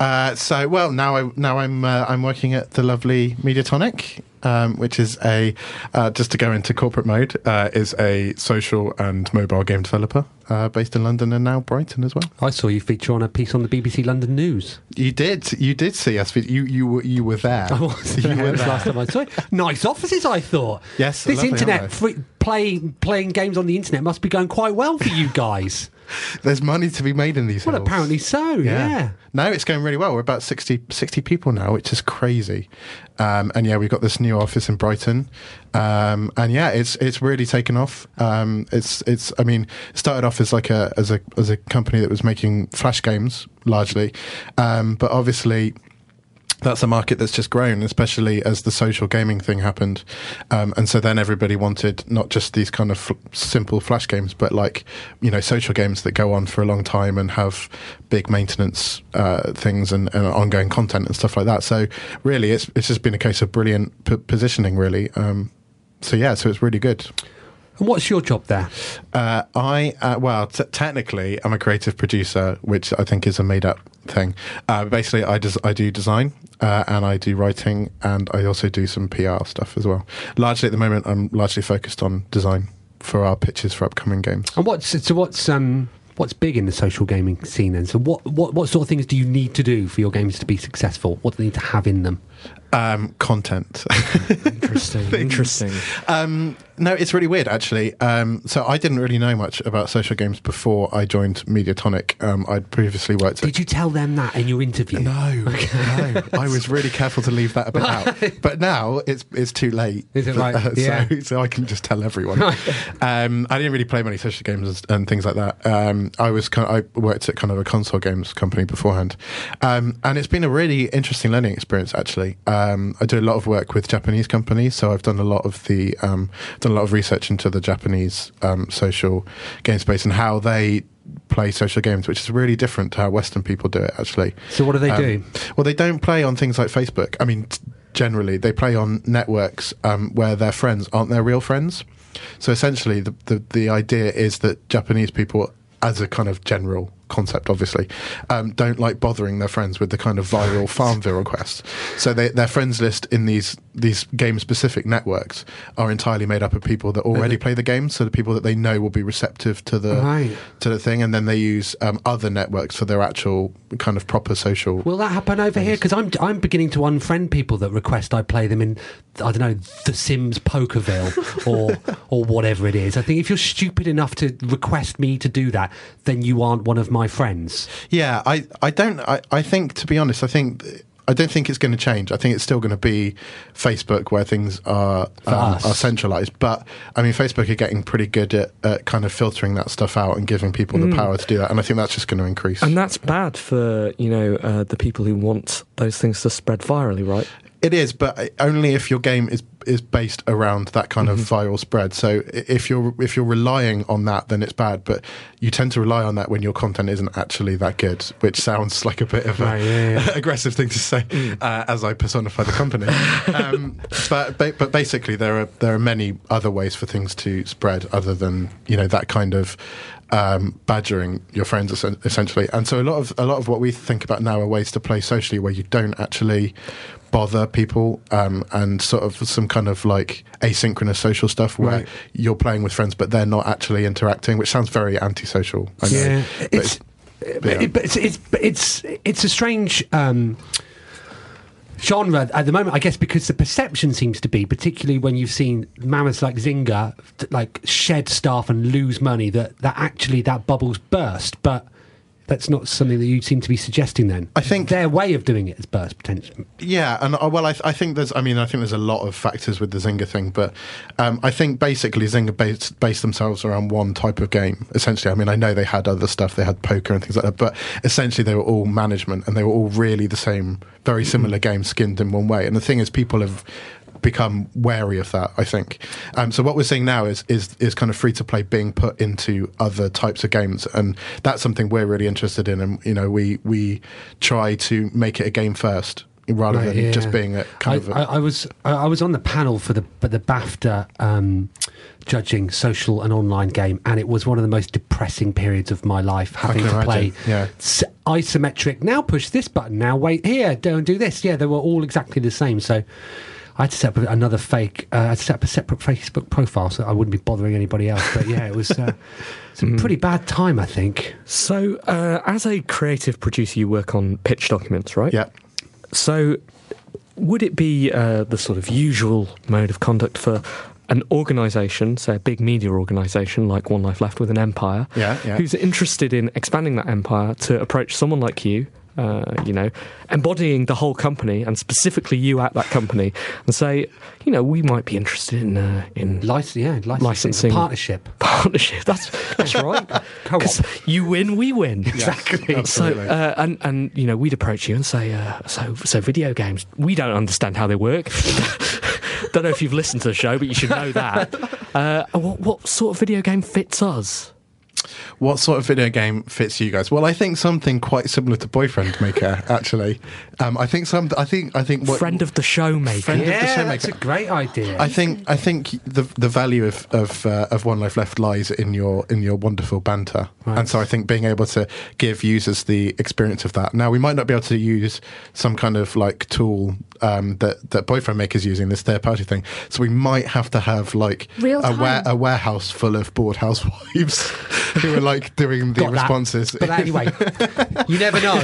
Speaker 5: Uh, so well now I now I'm uh, I'm working at the lovely Mediatonic, um, which is a uh, just to go into corporate mode uh, is a social and mobile game developer uh, based in London and now Brighton as well.
Speaker 3: I saw you feature on a piece on the BBC London News.
Speaker 5: You did you did see us? You you were you were there.
Speaker 3: I was
Speaker 5: You
Speaker 3: there.
Speaker 5: were
Speaker 3: was
Speaker 5: there.
Speaker 3: last time I saw it. Nice offices, I thought.
Speaker 5: Yes,
Speaker 3: this
Speaker 5: lovely,
Speaker 3: internet
Speaker 5: aren't they?
Speaker 3: free, playing playing games on the internet must be going quite well for you guys.
Speaker 5: There's money to be made in these.
Speaker 3: well,
Speaker 5: hills.
Speaker 3: apparently so. Oh, Yeah.
Speaker 5: No, it's going really well. We're about 60, 60 people now, which is crazy. Um, and yeah, we've got this new office in Brighton. Um, and yeah, it's it's really taken off. Um, it's it's I mean, it started off as like a as a as a company that was making flash games largely. Um, but obviously that's a market that's just grown, especially as the social gaming thing happened. Um, and so then everybody wanted not just these kind of fl- simple flash games, but like, you know, social games that go on for a long time and have big maintenance uh, things and, and ongoing content and stuff like that. So really, it's, it's just been a case of brilliant p- positioning, really. Um, so yeah, so it's really good.
Speaker 3: And what's your job there?
Speaker 5: Uh, I uh, well, t- technically, I'm a creative producer, which I think is a made-up thing. Uh, basically, I des- I do design uh, and I do writing, and I also do some PR stuff as well. Largely at the moment, I'm largely focused on design for our pitches for upcoming games.
Speaker 3: And what's so what's um what's big in the social gaming scene then? So what what what sort of things do you need to do for your games to be successful? What do they need to have in them?
Speaker 5: Um, content.
Speaker 3: Interesting.
Speaker 2: Interesting.
Speaker 5: Um, no, it's really weird actually. Um, so I didn't really know much about social games before I joined Mediatonic. Um, I'd previously worked. at
Speaker 3: Did you tell them that in your interview?
Speaker 5: No, no. I was really careful to leave that a bit out. But now it's it's too late.
Speaker 3: Is it right?
Speaker 5: Uh,
Speaker 3: Yeah.
Speaker 5: so, so I can just tell everyone. um, I didn't really play many social games and, and things like that. Um, I was kind of, I worked at kind of a console games company beforehand, um, and it's been a really interesting learning experience. Actually, um, I do a lot of work with Japanese companies, so I've done a lot of the um, done a lot of research into the Japanese um, social game space and how they play social games, which is really different to how Western people do it. Actually,
Speaker 3: So what do
Speaker 5: Um,
Speaker 3: they do?
Speaker 5: well, they don't play on things like Facebook. I mean, t- generally, they play on networks um, where their friends aren't their real friends. So essentially, the, the, the idea is that Japanese people, as a kind of general concept, obviously, um, don't like bothering their friends with the kind of viral Farmville requests. So they, their friends list in these these game specific networks are entirely made up of people that already play the game. So the people that they know will be receptive to the
Speaker 3: Right.
Speaker 5: to the thing, and then they use um, other networks for their actual kind of proper social.
Speaker 3: Will that happen over here? Because I'm I'm beginning to unfriend people that request I play them in I don't know The Sims Pokerville or or whatever it is. I think if you're stupid enough to request me to do that, then you aren't one of my friends.
Speaker 5: Yeah, I, I don't. I, I think to be honest, I think I don't think it's going to change. I think it's still going to be Facebook where things are um,
Speaker 3: us.
Speaker 5: are centralized. But I mean, Facebook are getting pretty good at, at kind of filtering that stuff out and giving people the power to do that, and I think that's just going to increase.
Speaker 2: And that's bad for you know uh, the people who want those things to spread virally, right?
Speaker 5: It is, but only if your game is is based around that kind
Speaker 3: Mm-hmm.
Speaker 5: of viral spread. So i- if you're if you're relying on that, then it's bad. But you tend to rely on that when your content isn't actually that good, which sounds like a bit of a
Speaker 3: Right, yeah, yeah. Mm.
Speaker 5: aggressive thing to say uh, as I personify the company. um, but ba- but basically, there are there are many other ways for things to spread other than you know that kind of. Um, badgering your friends essen- essentially, and so a lot of a lot of what we think about now are ways to play socially where you don't actually bother people um, and sort of some kind of like asynchronous social stuff where
Speaker 3: Right.
Speaker 5: you're playing with friends but they're not actually interacting, which sounds very antisocial. I know, but
Speaker 3: it's but,
Speaker 5: yeah.
Speaker 3: it, but it's it's but it's it's a strange. Um, Genre at the moment, I guess, because the perception seems to be, particularly when you've seen mammoths like Zynga, t- like shed staff and lose money, that, that actually that bubble's burst. But That's not something that you seem to be suggesting. Then
Speaker 5: I think-
Speaker 3: their way of doing it is burst potential.
Speaker 5: Yeah, and uh, well, I, th- I think there's. I mean, I think there's a lot of factors with the Zynga thing, but um, I think basically Zynga based, based themselves around one type of game. Essentially, I mean, I know they had other stuff, they had poker and things like that, but essentially they were all management, and they were all really the same, very similar game skinned in one way. And the thing is, people have become wary of that. I think. Um, so what we're seeing now is is is kind of free to play being put into other types of games, and that's something we're really interested in. And you know, we we try to make it a game first rather
Speaker 3: Right,
Speaker 5: than
Speaker 3: yeah.
Speaker 5: just being a kind of.
Speaker 3: I, I,
Speaker 5: A,
Speaker 3: I was I, I was on the panel for the but the BAFTA um, judging social and online game, and it was one of the most depressing periods of my life having
Speaker 5: can
Speaker 3: to
Speaker 5: imagine,
Speaker 3: play
Speaker 5: yeah.
Speaker 3: s- isometric. Now push this button. Now wait here. Don't do this. Yeah, they were all exactly the same. So. I had to set up another fake. Uh, I had to set up a separate Facebook profile so I wouldn't be bothering anybody else. But yeah, it was uh, it's a
Speaker 5: Mm-hmm.
Speaker 3: pretty bad time, I think.
Speaker 2: So, uh, as a creative producer, you work on pitch documents, right?
Speaker 5: yeah.
Speaker 2: So, would it be uh, the sort of usual mode of conduct for an organisation, say a big media organisation like One Life Left with an empire,
Speaker 5: Yeah, yeah.
Speaker 2: who's interested in expanding that empire to approach someone like you? Uh, you know, embodying the whole company and specifically you at that company, and say, you know, we might be interested in uh, in
Speaker 3: Lic- yeah, licensing,
Speaker 2: Licensing.
Speaker 3: partnership.
Speaker 2: partnership. That's that's right.
Speaker 3: Co-op.
Speaker 2: 'Cause you win, we win.
Speaker 5: Exactly. absolutely.
Speaker 2: So uh, and and you know we'd approach you and say uh, so so video games we don't understand how they work. don't know if you've listened to the show, but you should know that. Uh, what what sort of video game fits us?
Speaker 5: What sort of video game fits you guys? Well, I think something quite similar to Boyfriend Maker. actually, um, I think some. I think. I think. What,
Speaker 2: Friend of the show maker.
Speaker 5: Friend of the
Speaker 3: Yeah,
Speaker 5: show
Speaker 3: that's a
Speaker 5: maker.
Speaker 3: great idea.
Speaker 5: I think I think the the value of of, uh, of One Life Left lies in your in your wonderful banter, and so I think being able to give users the experience of that. Now we might not be able to use some kind of like tool um, that that Boyfriend Maker's using this third party thing, so we might have to have like
Speaker 4: Real
Speaker 5: a, ware,
Speaker 4: time.
Speaker 5: a warehouse full of bored housewives who are like doing the
Speaker 3: Got that.
Speaker 5: responses.
Speaker 3: But anyway, you never know.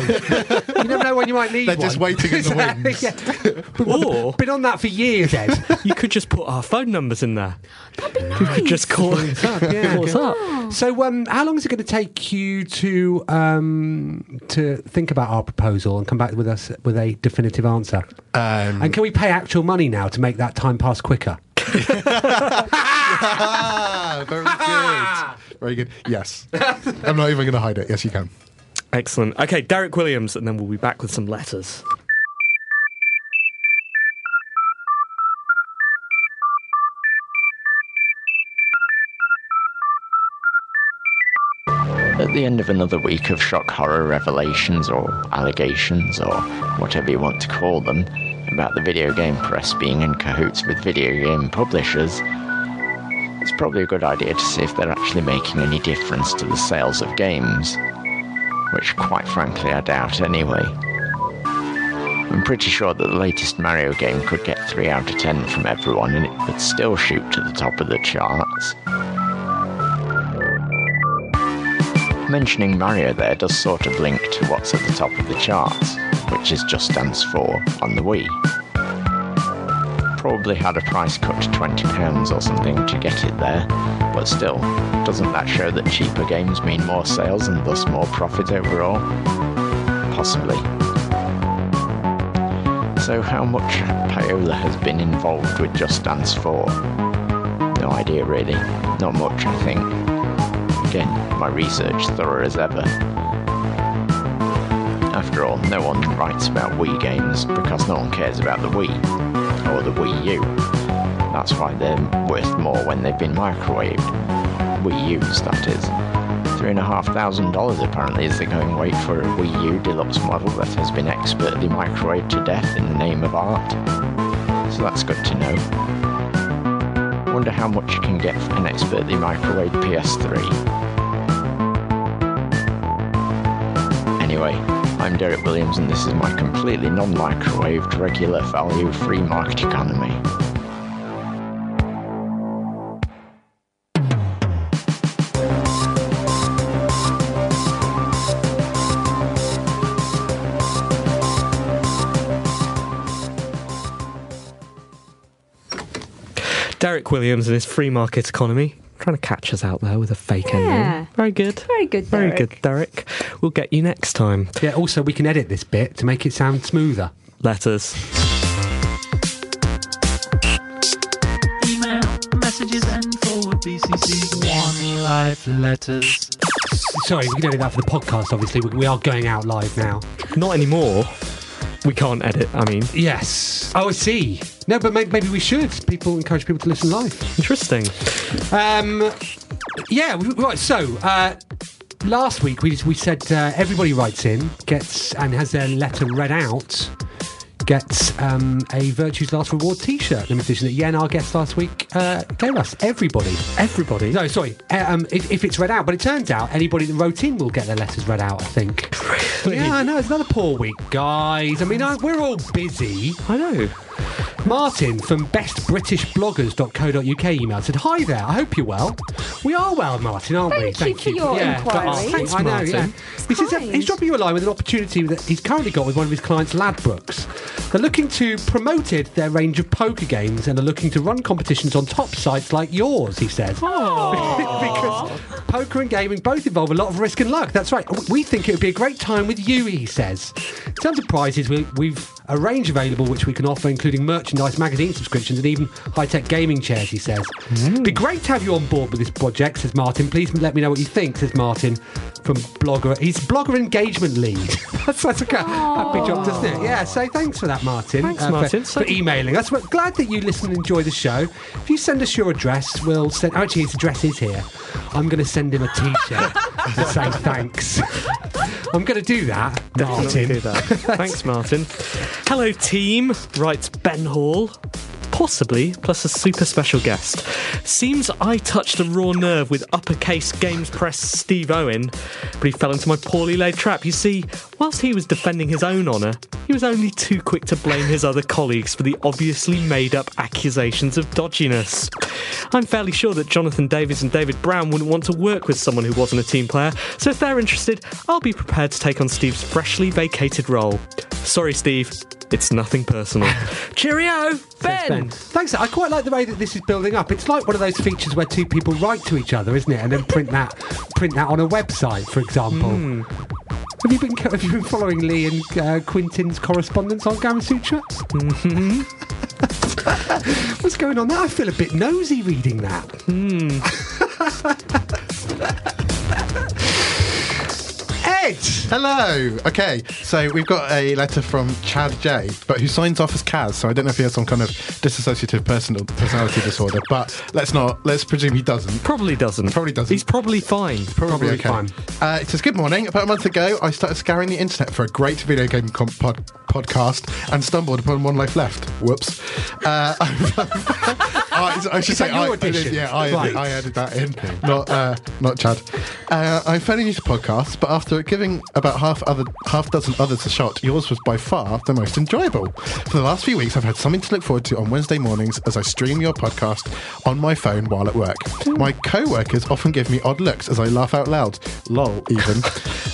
Speaker 3: you never know when you might need
Speaker 5: They're just
Speaker 3: one.
Speaker 5: waiting in the
Speaker 3: Exactly,
Speaker 5: wings.
Speaker 3: yeah.
Speaker 2: Or
Speaker 3: Been on that for years, Ed.
Speaker 2: you could just put our phone numbers in there. You could just call us up.
Speaker 3: yeah.
Speaker 2: call us up.
Speaker 3: so, um, how long is it going to take you to um, to think about our proposal and come back with us with a definitive answer?
Speaker 5: um,
Speaker 3: And can we pay actual money now to make that time pass quicker?
Speaker 5: ah, very good, very good. Yes, I'm not even going to hide it. Yes, you can.
Speaker 2: Excellent. Okay, Derek Williams, and then we'll be back with some letters.
Speaker 7: At the end of another week of shock horror revelations or allegations or whatever you want to call them about the video game press being in cahoots with video game publishers, it's probably a good idea to see if they're actually making any difference to the sales of games. Which, quite frankly, I doubt anyway. I'm pretty sure that the latest Mario game could get 3 out of 10 from everyone and it would still shoot to the top of the charts. Mentioning Mario there does sort of link to what's at the top of the charts, which is Just Dance 4 on the Wii. Probably had a price cut to £20 or something to get it there, but still, doesn't that show that cheaper games mean more sales and thus more profit overall? Possibly. So, how much Paola has been involved with Just Dance 4? No idea really. Not much, I think. Again, my research thorough as ever. After all, no one writes about Wii games because no one cares about the Wii or the Wii U. That's why they're worth more when they've been microwaved. Wii U's, that is. $3,500 apparently is the going rate for a Wii U deluxe model that has been expertly microwaved to death in the name of art. So that's good to know. Wonder how much you can get for an expertly microwaved PS3. Anyway, I'm Derek Williams and this is my completely non-microwaved, regular value free market economy.
Speaker 2: Derek Williams and his free market economy. Trying to catch us out there with a fake
Speaker 4: Yeah.
Speaker 2: ending. Very good.
Speaker 4: Very good,
Speaker 2: Very
Speaker 4: Derek.
Speaker 2: good, Derek. We'll get you next time.
Speaker 3: Yeah, also, we can edit this bit to make it sound smoother.
Speaker 2: Letters.
Speaker 8: Email messages and forward BCC One Life letters.
Speaker 3: Sorry, we can edit that for the podcast, obviously. We, we are going out live now.
Speaker 2: Not anymore. We can't edit, I mean.
Speaker 3: Yes. Oh, I see. No, but maybe, maybe we should. People encourage people to listen live.
Speaker 2: Interesting.
Speaker 3: Um, yeah, we- right. So, uh, last week we, we said uh, everybody writes in, gets, and has their letter read out, gets um, a Virtue's Last Reward t shirt, limited edition that Yen, our guest last week, uh, gave us. Everybody.
Speaker 2: Everybody.
Speaker 3: No, sorry. Uh, um, if, if it's read out, but it turns out anybody that wrote in will get their letters read out. I think. Yeah, I know. It's another poor week, guys. I mean, I, we're all busy.
Speaker 2: I know.
Speaker 3: Martin from bestbritishbloggers.co.uk emailed said, "Hi there. I hope you're well. We are well, Martin, aren't we?
Speaker 4: Thank you for your inquiry.
Speaker 3: asking.
Speaker 4: Thanks,
Speaker 3: I know.
Speaker 2: Martin.
Speaker 3: Yeah. He says that
Speaker 4: kind.
Speaker 3: he's dropping you a line with an opportunity that he's currently got with one of his clients, Ladbrokes. They're looking to promote it, their range of poker games and are looking to run competitions on top sites like yours. He says, because poker and gaming both involve a lot of risk and luck. That's right. We think it would be a great time with you, he says. In terms of prizes, we, we've a range available which we can offer, including merchandise, magazine subscriptions, and even high tech gaming chairs, he says.
Speaker 2: Mm.
Speaker 3: It'd be great to have you on board with this project, says Martin. Please let me know what you think, says Martin from Blogger. He's Blogger Engagement Lead. that's that's a, a big job, doesn't it? Yeah, so thanks for that, Martin. Uh,
Speaker 2: Thanks,
Speaker 3: for-
Speaker 2: Martin.
Speaker 3: for emailing us. We're glad that you listen and enjoy the show. If you send us your address, we'll send. Actually, his address is here. I'm going to send him a T-shirt to say thanks. I'm going to do that,
Speaker 2: Martin.
Speaker 3: Martin.
Speaker 2: Do that. Thanks, Martin. Hello, team, writes Ben Hall. Possibly, plus a super special guest. Seems I touched a raw nerve with uppercase games press Steve Owen, but he fell into my poorly laid trap. You see, whilst he was defending his own honour, he was only too quick to blame his other colleagues for the obviously made up accusations of dodginess. I'm fairly sure that Jonathan Davies and David Brown wouldn't want to work with someone who wasn't a team player, so if they're interested, I'll be prepared to take on Steve's freshly vacated role. Sorry, Steve, it's nothing personal. Cheerio, Ben!
Speaker 3: Thanks. I quite like the way that this is building up. It's like one of those features where two people write to each other, isn't it? And then print that, print that on a website, for example. Have you been Have you been following Lee and uh, Quintin's correspondence on Gamma Sutra? Mm-hmm. What's going on there? I feel a bit nosy reading that. Hmm. Ed.
Speaker 5: Hello. Okay, so we've got a letter from Chad J, but who signs off as Kaz. So I don't know if he has some kind of disassociative personal personality disorder, but let's not. Let's presume he doesn't.
Speaker 2: Probably doesn't.
Speaker 5: Probably doesn't.
Speaker 2: He's probably fine.
Speaker 5: Probably,
Speaker 3: Probably
Speaker 5: okay.
Speaker 3: fine.
Speaker 5: Uh, it says, Good morning. About a month ago, I started scouring the internet for a great video game com- pod- podcast and stumbled upon One Life Left. Whoops. Uh, I, I should
Speaker 3: Is
Speaker 5: say,
Speaker 3: that
Speaker 5: I,
Speaker 3: your
Speaker 5: I did,
Speaker 3: audition?
Speaker 5: yeah, I,
Speaker 3: Right.
Speaker 5: I added that in. Not, uh, not Chad. Uh, I'm fairly new to podcasts, but after giving about half other half dozen others a shot, yours was by far the most enjoyable. For the last few weeks, I've had something to look forward to on Wednesday mornings as I stream your podcast on my phone while at work. My co-workers often give me odd looks as I laugh out loud, lol, even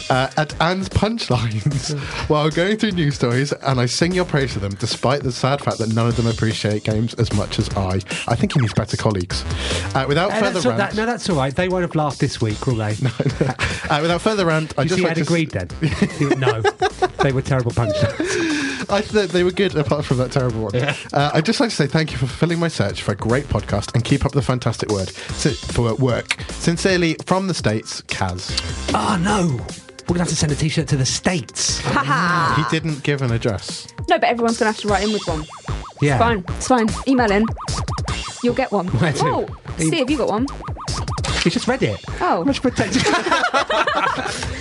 Speaker 5: uh, at Anne's punchlines while going through news stories, and I sing your praise to them, despite the sad fact that none of them appreciate games as much as I. I think he needs better colleagues. Uh, without
Speaker 3: Uh,
Speaker 5: further
Speaker 3: that's all-
Speaker 5: rant,
Speaker 3: that- no, that's all right. They won't have laughed this week, will they? No,
Speaker 5: uh, without further rant, I
Speaker 3: you
Speaker 5: just
Speaker 3: see,
Speaker 5: like
Speaker 3: Ed
Speaker 5: to s-
Speaker 3: agreed then. no, they were terrible punchlines.
Speaker 5: I th- they were good apart from that terrible one. Uh, I'd just like to say thank you for fulfilling my search for a great podcast and keep up the fantastic word si- for work. Sincerely, from the States, Kaz.
Speaker 3: Oh no! We're gonna have to send a T-shirt to the states.
Speaker 4: Haha.
Speaker 3: Ah.
Speaker 5: He didn't give an address.
Speaker 4: No, but everyone's going to have to write in with one.
Speaker 3: Yeah.
Speaker 4: Fine. It's fine. Email in. You'll get one.
Speaker 3: Where to?
Speaker 4: Oh, Steve, you got one.
Speaker 3: You just read it.
Speaker 4: Oh.
Speaker 3: Much protection.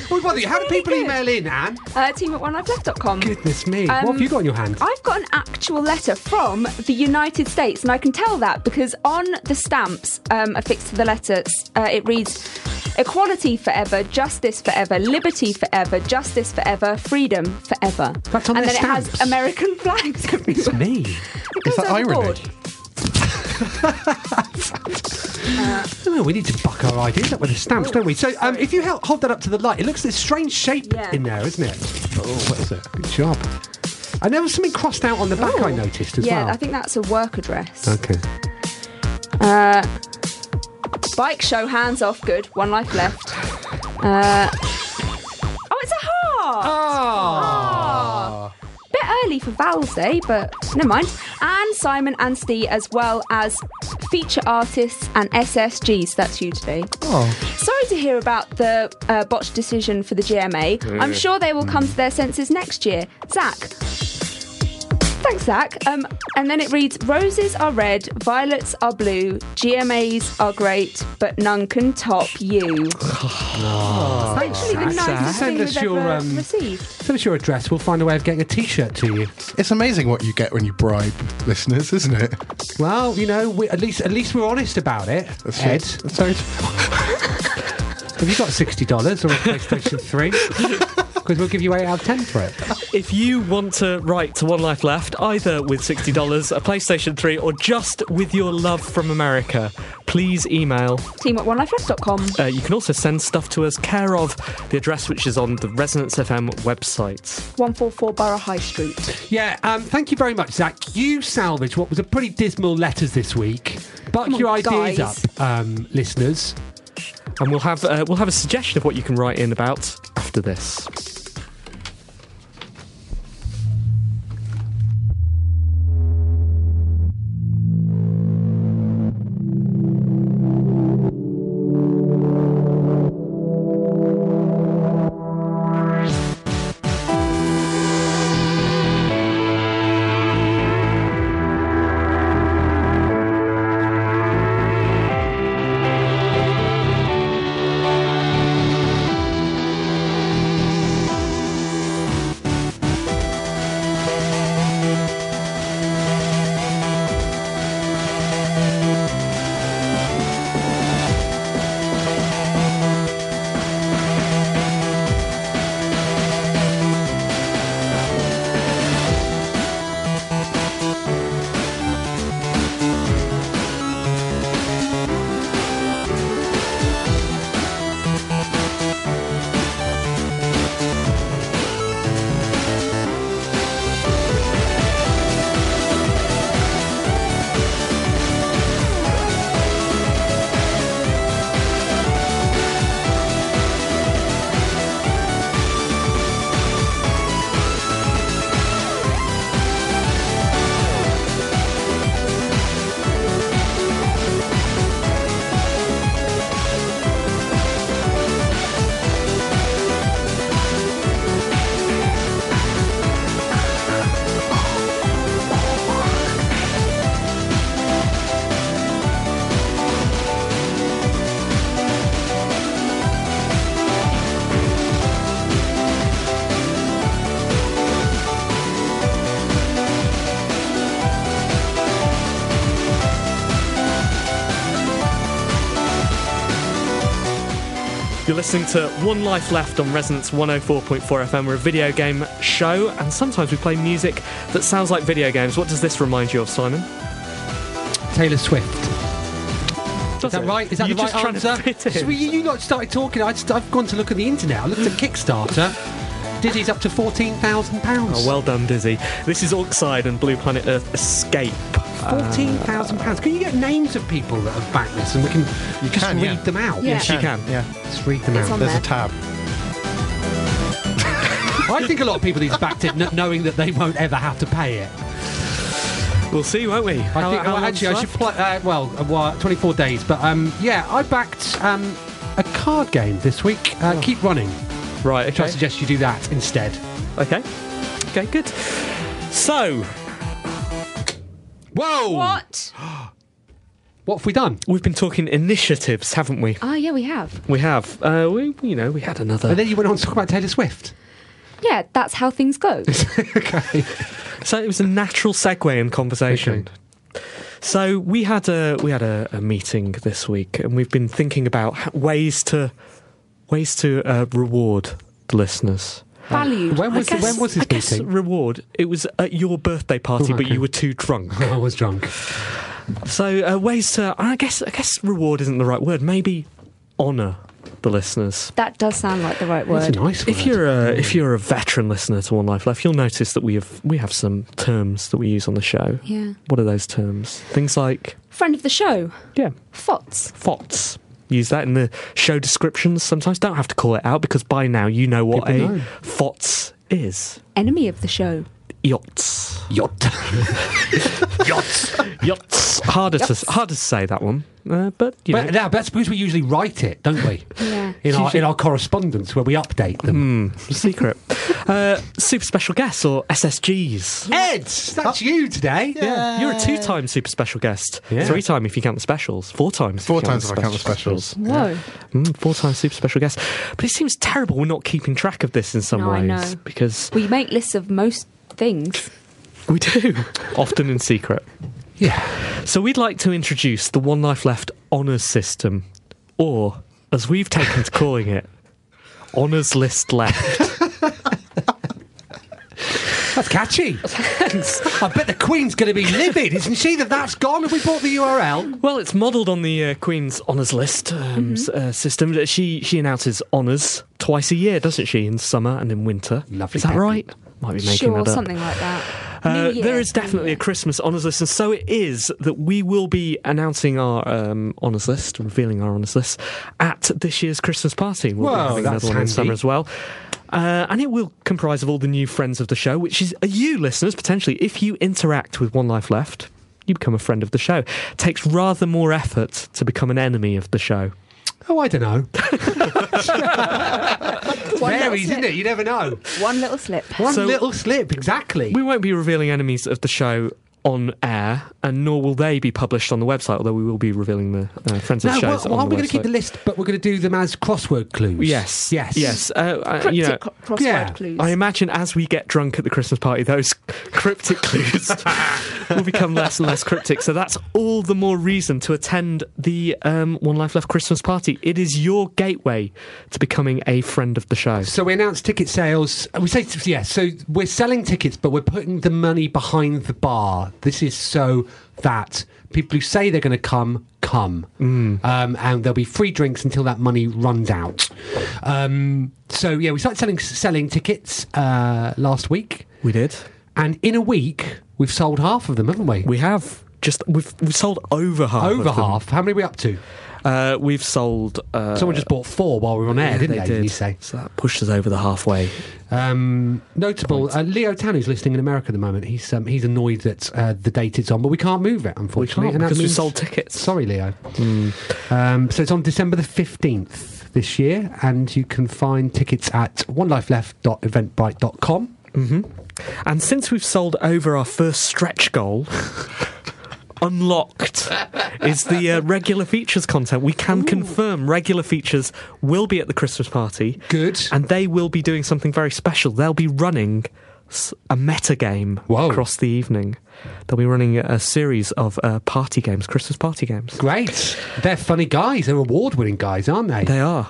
Speaker 3: What about you? How do people email in, Anne?
Speaker 4: Uh, team at onelifeleft.com.
Speaker 3: Goodness me!
Speaker 4: Um,
Speaker 3: what have you got in your hand?
Speaker 4: I've got an actual letter from the United States, and I can tell that because on the stamps um, affixed to the letters, uh, it reads equality forever, justice forever, liberty forever, justice forever, freedom forever.
Speaker 3: That's on
Speaker 4: And
Speaker 3: their
Speaker 4: then it
Speaker 3: stamps.
Speaker 4: has American flags everywhere.
Speaker 3: It's me.
Speaker 4: It goes
Speaker 5: Is that irony?
Speaker 4: overboard.
Speaker 3: Oh, we need to buck our ideas up with the stamps, don't we? So, um, if you hel- hold that up to the light, it looks this strange shape
Speaker 4: Yeah.
Speaker 3: in there, isn't it?
Speaker 5: Oh, what is it?
Speaker 3: Good job. And there was something crossed out on the back. I noticed as
Speaker 4: yeah,
Speaker 3: well.
Speaker 4: I think that's a work address.
Speaker 3: Okay.
Speaker 4: Uh, Bike show, hands off, good. One life left. Uh, oh, it's a heart! Bit early for Val's Day, but never mind. And Simon and Steve, as well as feature artists and SSGs. That's you today.
Speaker 3: Oh.
Speaker 4: Sorry to hear about the uh, botched decision for the GMA. I'm sure they will come to their senses next year. Zach. Thanks, Zach. Um, and then it reads Roses are red, violets are blue, GMAs are great, but none can top you. It's actually the
Speaker 3: Zach.
Speaker 4: nicest thing
Speaker 3: Send us
Speaker 4: we've
Speaker 3: your,
Speaker 4: ever
Speaker 3: um,
Speaker 4: received.
Speaker 3: Send us your address. We'll find a way of getting a T-shirt to you.
Speaker 5: It's amazing what you get when you bribe listeners, isn't it?
Speaker 3: Well, you know, we, at least at least we're honest about it.
Speaker 5: That's
Speaker 3: Ed,
Speaker 5: it. That's right.
Speaker 3: have you got sixty dollars or a PlayStation Three? Because we'll give you eight out of ten for it.
Speaker 2: If you want to write to One Life Left, either with $60, a PlayStation 3, or just with your love from america, please email
Speaker 4: Team at onelifeleft.com.
Speaker 2: Uh, you can also send stuff to us, care of the address which is on the Resonance FM website.
Speaker 4: 144 Borough High Street.
Speaker 3: Yeah, um, thank you very much, Zach. You salvaged what was a pretty dismal letters this week. Buck
Speaker 4: Come on,
Speaker 3: your ideas
Speaker 4: guys.
Speaker 3: up, um, listeners.
Speaker 2: And we'll have uh, we'll have a suggestion of what you can write in about after this. You're listening to One Life Left on Resonance 104.4 FM. We're a video game show, and sometimes we play music that sounds like video games. What does this remind you of, Simon?
Speaker 3: Taylor Swift. Is that
Speaker 2: it?
Speaker 3: right? Is that
Speaker 2: You're
Speaker 3: the right
Speaker 2: just trying to
Speaker 3: answer?
Speaker 2: fit in.
Speaker 3: So you, you lot started talking. I just, I've gone to look at the internet. I looked at Kickstarter. Diddy's up to fourteen thousand pounds.
Speaker 2: Oh, well done, Dizzy. This is Orcside and Blue Planet Earth Escape.
Speaker 3: Fourteen thousand pounds. Can you get names of people that have backed this, and we can just
Speaker 5: can,
Speaker 3: read
Speaker 5: yeah.
Speaker 3: them out?
Speaker 4: Yeah.
Speaker 2: Yes, you can.
Speaker 5: Yeah.
Speaker 3: Let's read them
Speaker 4: It's
Speaker 3: out.
Speaker 4: on
Speaker 5: There's
Speaker 4: there.
Speaker 5: a tab.
Speaker 3: I think a lot of people he's backed it, kn- knowing that they won't ever have to pay it.
Speaker 2: We'll see, won't we?
Speaker 3: I think, well, actually, I should play. Uh, well, uh, well, 24 days, but um, yeah, I backed um, a card game this week. Uh, Keep running.
Speaker 2: Right,
Speaker 3: So I
Speaker 2: okay.
Speaker 3: suggest you do that instead.
Speaker 2: Okay. Okay, good. So,
Speaker 3: Whoa!
Speaker 4: What?
Speaker 3: What have we done?
Speaker 2: we've been talking initiatives, haven't we?
Speaker 4: Oh, yeah, we have.
Speaker 2: We have. Uh, we, you know, we had another.
Speaker 3: And then you went on to talk about Taylor Swift.
Speaker 4: Yeah, that's how things go.
Speaker 3: okay.
Speaker 2: So it was a natural segue in conversation. So we had a we had a, a meeting this week, and we've been thinking about h- ways to ways to uh, reward the listeners.
Speaker 4: Valued.
Speaker 3: When was,
Speaker 2: I guess-
Speaker 3: when was
Speaker 2: I
Speaker 3: this
Speaker 2: guess
Speaker 3: meeting?
Speaker 2: reward. It was at your birthday party,
Speaker 3: Oh,
Speaker 2: but
Speaker 3: okay.
Speaker 2: you were too drunk.
Speaker 3: I was drunk.
Speaker 2: So uh, ways to I guess I guess reward isn't the right word. Maybe honour the listeners.
Speaker 4: That does sound like the right word.
Speaker 3: That's a nice
Speaker 2: If
Speaker 3: word.
Speaker 2: you're a if you're a veteran listener to One Life Left, you'll notice that we have we have some terms that we use on the show.
Speaker 4: Yeah.
Speaker 2: What are those terms? Things like
Speaker 4: Friend of the show,
Speaker 2: yeah,
Speaker 4: FOTS.
Speaker 2: FOTS. use that in the show descriptions sometimes. Don't have to call it out because by now you know what
Speaker 3: People
Speaker 2: a
Speaker 3: know.
Speaker 2: FOTS is.
Speaker 4: Enemy of the show.
Speaker 2: Yachts.
Speaker 3: Yacht. Yachts.
Speaker 2: Yachts. Harder,
Speaker 4: Yachts.
Speaker 2: To, harder to say that one. Uh, but, you know.
Speaker 3: But now that's because we usually write it, don't we?
Speaker 4: Yeah.
Speaker 3: In our in our correspondence where we update them.
Speaker 2: secret. uh, super special guests or SSGs.
Speaker 3: Ed, that's you today.
Speaker 2: Yeah, you're a two-time super special guest.
Speaker 3: Yeah.
Speaker 2: Three-time if you count the specials. Four-time. if you
Speaker 5: Four
Speaker 2: count
Speaker 5: times if I count the specials.
Speaker 4: Whoa.
Speaker 2: Mm, Four-time super special guest. But it seems terrible we're not keeping track of this in some
Speaker 4: No, I
Speaker 2: ways
Speaker 4: know.
Speaker 2: because
Speaker 4: We make lists of most things.
Speaker 2: we do often in secret.
Speaker 3: Yeah.
Speaker 2: So we'd like to introduce the One Life Left honours system, or as we've taken to calling it, honours list left.
Speaker 3: That's catchy. I bet the Queen's going to be livid, isn't she? That that's gone. Have we bought the URL?
Speaker 2: Well, it's modelled on the uh, Queen's honours list
Speaker 4: Mm-hmm.
Speaker 2: um, s- uh, system. She she announces honours twice a year, doesn't she? In summer and in winter.
Speaker 3: Lovely,
Speaker 2: Is that
Speaker 3: Peggy.
Speaker 2: right? Might be making
Speaker 4: Sure,
Speaker 2: that up.
Speaker 4: something like that.
Speaker 2: Uh,
Speaker 4: New Year,
Speaker 2: there is
Speaker 4: New
Speaker 2: definitely
Speaker 4: Year.
Speaker 2: a Christmas honours list, and so it is that we will be announcing our um, honours list, revealing our honours list at this year's Christmas party. We'll
Speaker 3: Whoa,
Speaker 2: be having
Speaker 3: that's
Speaker 2: another one in
Speaker 3: handy.
Speaker 2: summer as well. Uh, and it will comprise of all the new friends of the show, which is uh, you, listeners, potentially. If you interact with One Life Left, you become a friend of the show. takes rather more effort to become an enemy of the show.
Speaker 3: Oh, I don't know. It's varies,
Speaker 4: little
Speaker 3: isn't it? You never know.
Speaker 4: One little slip.
Speaker 3: One
Speaker 2: So-
Speaker 3: little slip, exactly.
Speaker 2: We won't be revealing enemies of the show on air, and nor will they be published on the website, although we will be revealing the uh, friends of
Speaker 3: No,
Speaker 2: the show.
Speaker 3: well, well, we're going to keep the list, but we're going to do them as crossword clues.
Speaker 2: Yes.
Speaker 3: Yes.
Speaker 2: Yes. Uh, I,
Speaker 4: Cryptic
Speaker 2: you know,
Speaker 4: cro- crossword
Speaker 3: yeah,
Speaker 4: clues.
Speaker 2: I imagine as we get drunk at the Christmas party, those cryptic clues will become less and less cryptic. So that's all the more reason to attend the um, One Life Left Christmas party. It is your gateway to becoming a friend of the show.
Speaker 3: So we announced ticket sales. Uh, We say yeah. So we're selling tickets, but we're putting the money behind the bar. This is so that people who say they're going to come come,
Speaker 2: Mm.
Speaker 3: um, and there'll be free drinks until that money runs out. Um, so yeah, we started selling selling tickets uh, last week,
Speaker 2: We did.
Speaker 3: and in a week we've sold half of them, haven't we?
Speaker 2: We have just we've, we've sold over half. of
Speaker 3: Over
Speaker 2: them.
Speaker 3: half. How many are we up to?
Speaker 2: Uh, we've sold. Uh,
Speaker 3: Someone just bought four while we were on air,
Speaker 2: yeah,
Speaker 3: didn't
Speaker 2: they
Speaker 3: they?
Speaker 2: did.
Speaker 3: You say.
Speaker 2: So that pushed us over the halfway.
Speaker 3: Um, notable, uh, Leo Tan, who's listening in America at the moment, he's um, he's annoyed that uh, the date it's on, but we can't move it, unfortunately.
Speaker 2: can't
Speaker 3: and that
Speaker 2: because we
Speaker 3: means-
Speaker 2: sold tickets. Hmm.
Speaker 3: Sorry, Leo. Um, so it's on December the 15th this year, and you can find tickets at onelifeleft.eventbrite.com.
Speaker 2: And since we've sold over our first stretch goal, unlocked is the uh, regular features content. We can confirm regular features will be at the Christmas party.
Speaker 3: Good.
Speaker 2: And they will be doing something very special. They'll be running s- a meta game
Speaker 3: Whoa.
Speaker 2: across the evening. They'll be running a- a series of uh, party games, Christmas party games.
Speaker 3: Great. They're funny guys. They're award winning guys, aren't they?
Speaker 2: They are.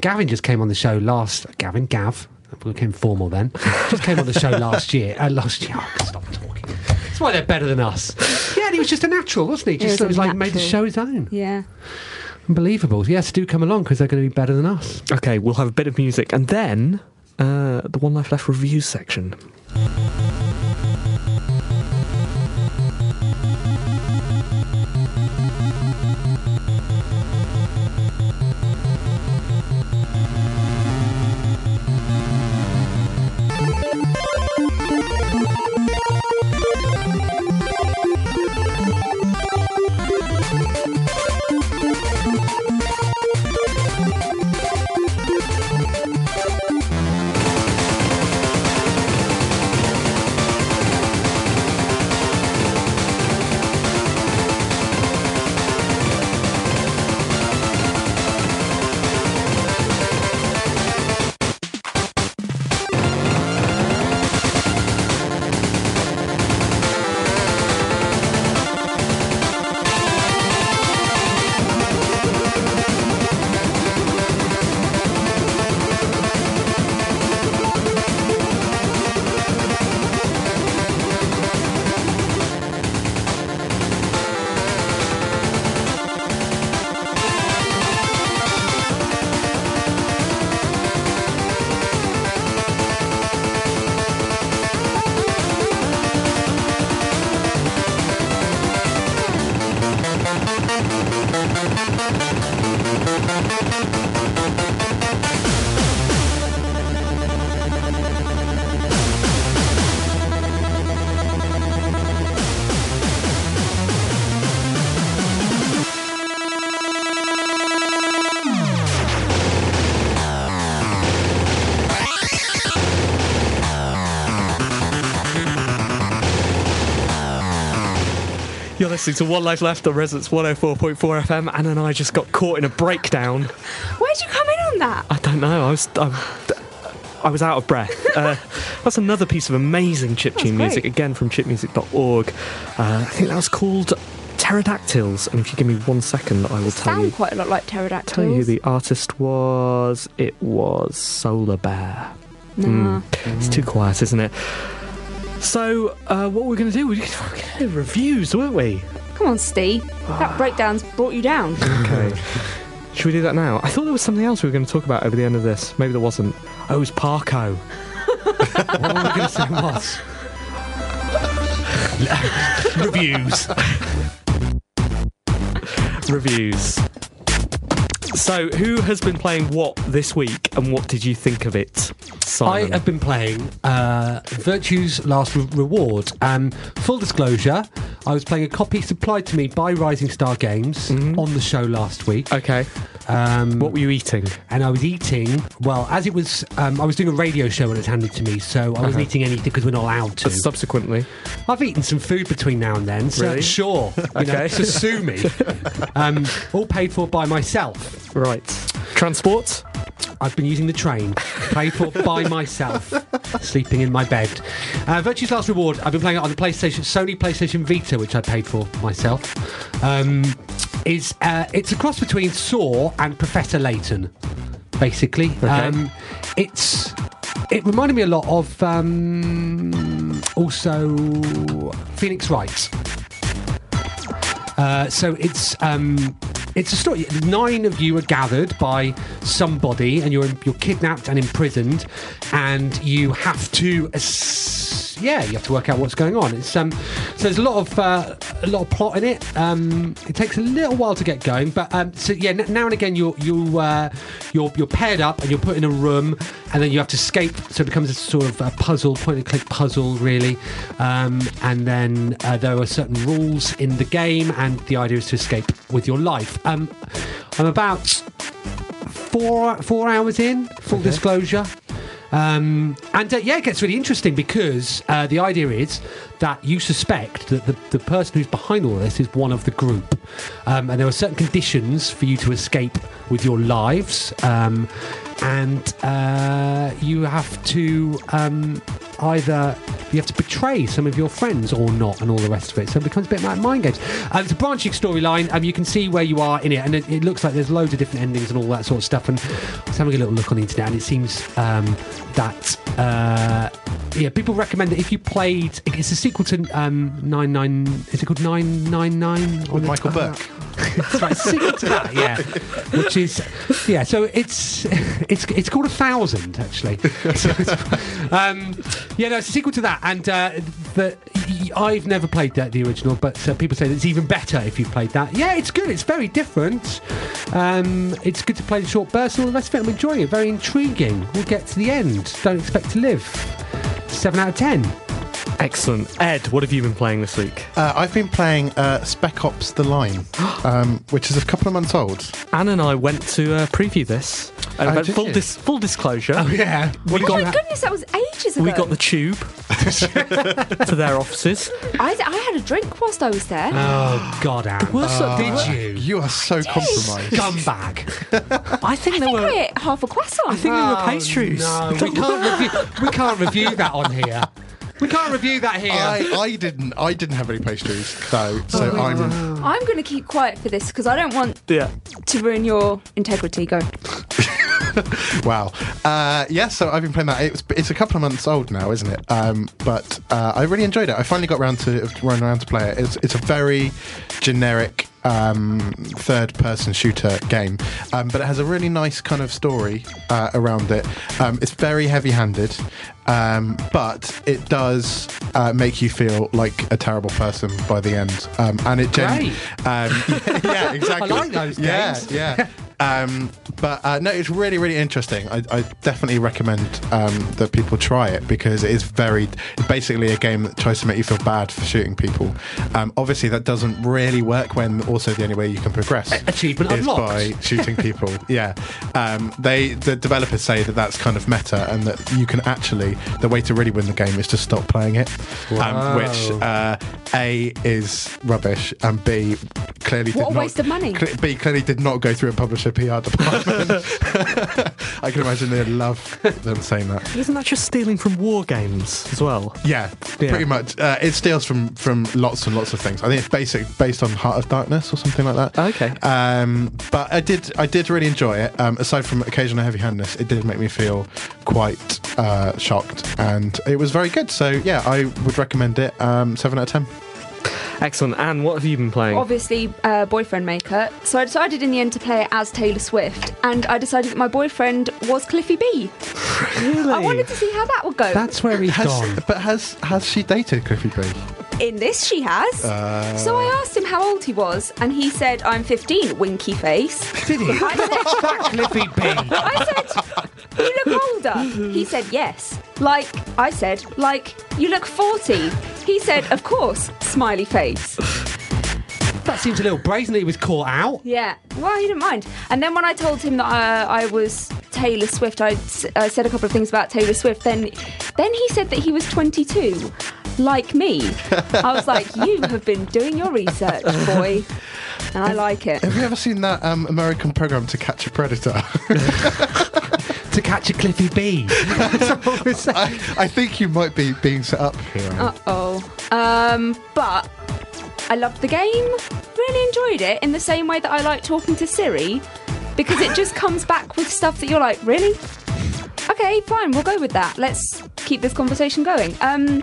Speaker 3: Gavin just came on the show last. Gavin, Gav, we became formal then. Just came on the show last year. Uh, last year, oh, stop talking. That's why they're better than us. Yeah, and he was just a natural, wasn't he? Just
Speaker 4: was
Speaker 3: sort of
Speaker 4: a
Speaker 3: like made the
Speaker 4: natural.
Speaker 3: show his own.
Speaker 4: Yeah.
Speaker 3: Unbelievable. Yes, do come along because they're going to be better than us.
Speaker 2: Okay, we'll have a bit of music and then uh, the One Life Left reviews section. You're listening to One Life Left on Resonance 104.4 FM, Anna and I just got caught in a breakdown.
Speaker 4: Where'd you come in on that?
Speaker 2: I don't know. I was i I was out of breath. Uh, that's another piece of amazing chip tune
Speaker 4: That's
Speaker 2: music,
Speaker 4: great.
Speaker 2: again from chipmusic.org. Uh, I think that was called Pterodactyls. And if you give me one second, I will tell you,
Speaker 4: Sound quite a lot like pterodactyls.
Speaker 2: tell you who the artist was. It was Solar Bear. Hmm.
Speaker 4: Nah.
Speaker 2: It's too quiet, isn't it? So, uh, what we're going to do, we're going to do reviews, weren't we?
Speaker 4: Come on, Steve.
Speaker 2: Ah.
Speaker 4: That breakdown's brought you down.
Speaker 2: Okay. Should we do that now? I thought there was something else we were going to talk about over the end of this. Maybe there wasn't. Oh, it was Parko.
Speaker 3: What were we going to say was? Reviews.
Speaker 2: Reviews. So, who has been playing what this week and what did you think of it?
Speaker 3: I
Speaker 2: Simon.
Speaker 3: have been playing uh, Virtue's Last Re- Reward. Um, full disclosure, I was playing a copy supplied to me by Rising Star Games on the show last week.
Speaker 2: Mm-hmm. okay.
Speaker 3: Um,
Speaker 2: What were you eating?
Speaker 3: and I was eating. Well, as it was, um, I was doing a radio show when it was handed to me, so I
Speaker 2: Uh-huh.
Speaker 3: wasn't eating anything because we're not allowed to.
Speaker 2: But subsequently.
Speaker 3: I've eaten some food between now and then, so
Speaker 2: Really?
Speaker 3: sure, you know,
Speaker 2: Okay.
Speaker 3: so sue me. um, all paid for by myself.
Speaker 2: Right. Transport?
Speaker 3: I've been using the train, paid for by myself, sleeping in my bed. Uh, Virtue's Last Reward. I've been playing it on the PlayStation, Sony PlayStation Vita, which I paid for myself. Um, is uh, it's a cross between Saw and Professor Layton, basically. Um, it's it reminded me a lot of um, also Phoenix Wright. Uh, so it's um, it's a story. Nine of you are gathered by somebody, and you're you're kidnapped and imprisoned, and you have to. ass- yeah, you have to work out what's going on. It's um, so there's a lot of uh, a lot of plot in it. Um, it takes a little while to get going, but um, so yeah, n- now and again you you uh, you're you're paired up and you're put in a room, and then you have to escape. So it becomes a sort of a puzzle, point and click puzzle, really. Um, and then uh, there are certain rules in the game, and the idea is to escape with your life. Um, I'm about four four hours in. Full disclosure. Um, and uh, yeah, it gets really interesting because uh, the idea is that you suspect that the, the person who's behind all this is one of the group. Um, and there are certain conditions for you to escape with your lives. Um, and uh, you have to um, either you have to betray some of your friends or not, and all the rest of it. So it becomes a bit like mind games. Um, it's a branching storyline. Um, you can see where you are in it, and it, it looks like there's loads of different endings and all that sort of stuff. And I was having a little look on the internet, and it seems um, that uh, yeah, people recommend that if you played, it's a sequel to um, Nine Nine. Is it called Nine Nine Nine?
Speaker 5: With Michael Burke.
Speaker 3: That's right, sequel to that, yeah. Which is, yeah. So it's it's it's called a thousand actually. So it's- um, yeah, no, it's a sequel to that, and uh, the y- I've never played that the original, but uh, people say that it's even better if you've played that. Yeah, it's good. It's very different. Um, it's good to play in short bursts and all the rest of it. I'm enjoying it. Very intriguing. We'll get to the end. Don't expect to live. Seven out of ten.
Speaker 2: Excellent. Ed, what have you been playing this week?
Speaker 5: Uh, I've been playing uh, Spec Ops: The Line, um, which is a couple of months old.
Speaker 2: Anne and I went to uh, preview this. Uh,
Speaker 5: Oh,
Speaker 2: but
Speaker 5: did
Speaker 2: full,
Speaker 5: you?
Speaker 2: dis- full disclosure.
Speaker 3: Yeah. What
Speaker 4: Oh my goodness, that was ages ago.
Speaker 2: We got the tube to their offices.
Speaker 4: I, I had a drink whilst I was there.
Speaker 3: Oh God, Anne.
Speaker 2: Worst-
Speaker 3: did you?
Speaker 5: You are so compromised.
Speaker 3: Scumbag.
Speaker 2: I think there
Speaker 4: I
Speaker 2: were.
Speaker 4: think I ate half a croissant.
Speaker 2: Uh, I think there were pastries.
Speaker 3: No, we can't review. We can't review that on here. We can't review that here.
Speaker 5: I, I didn't. I didn't have any pastries though, so I'm.
Speaker 4: I'm going to keep quiet for this because I don't want
Speaker 2: Yeah.
Speaker 4: to ruin your integrity. Go.
Speaker 5: Wow. Uh, yeah, so I've been playing that. It's it's a couple of months old now, isn't it? Um, but uh, I really enjoyed it. I finally got around to run around to play it. It's it's a very generic um, third person shooter game, um, but it has a really nice kind of story uh, around it. Um, it's very heavy handed. Um, but it does uh, make you feel like a terrible person by the end, um, and it gen-
Speaker 3: Great.
Speaker 5: um, yeah, exactly.
Speaker 3: I like those
Speaker 5: yeah,
Speaker 3: games.
Speaker 5: Yeah, Um, but uh, no, it's really, really interesting. I, I definitely recommend um, that people try it because it is very basically a game that tries to make you feel bad for shooting people. Um, obviously, that doesn't really work when also the only way you can progress
Speaker 3: achievement
Speaker 5: is
Speaker 3: unlocked.
Speaker 5: by shooting people. yeah, um, they the developers say that that's kind of meta and that you can actually the way to really win the game is to stop playing it, um, which uh, a is rubbish and b clearly
Speaker 4: What
Speaker 5: did
Speaker 4: a
Speaker 5: not,
Speaker 4: waste of money.
Speaker 5: cle- B clearly did not go through a publisher PR department. I can imagine they love them saying that.
Speaker 2: Isn't that just stealing from war games as well?
Speaker 5: Yeah,
Speaker 2: Yeah.
Speaker 5: pretty much. Uh, it steals from from lots and lots of things. I think it's basic based on Heart of Darkness or something like that.
Speaker 2: Okay.
Speaker 5: Um, but I did I did really enjoy it. Um, aside from occasional heavy handedness, it did make me feel quite uh, shocked, and it was very good. So yeah, I would recommend it. Um, seven out of ten.
Speaker 2: Excellent. Anne, what have you been playing?
Speaker 4: obviously uh, boyfriend maker. So I decided in the end to play it as Taylor Swift, and I decided that my boyfriend was Cliffy B.
Speaker 2: Really?
Speaker 4: I wanted to see how that would go.
Speaker 3: That's where he's
Speaker 5: Has,
Speaker 3: gone.
Speaker 5: But has has she dated Cliffy B?
Speaker 4: in this, she has.
Speaker 2: Uh.
Speaker 4: so I asked him how old he was, and he said, "I'm 15." Winky face.
Speaker 3: Did he?
Speaker 4: I said,
Speaker 3: That Cliffy B.
Speaker 4: I said, "You look older." He said, "Yes." Like I said, "Like you look 40." He said, "Of course." Smiley face.
Speaker 3: That seems a little brazen that he was caught out.
Speaker 4: Yeah. Well, he didn't mind. And then when I told him that uh, I was Taylor Swift, I s- uh, said a couple of things about Taylor Swift. Then, then he said that he was 22, like me. I was like, you have been doing your research, boy, and I like it.
Speaker 5: Have you ever seen that um, American program to catch a predator?
Speaker 3: To catch a Cliffy B. That's what I was saying.
Speaker 5: I, I think you might be being set up here. Anne.
Speaker 4: Uh oh. Um, but I loved the game. Really enjoyed it in the same way that I like talking to Siri, because it just comes back with stuff that you're like, really? Okay, fine, we'll go with that. Let's keep this conversation going. Um,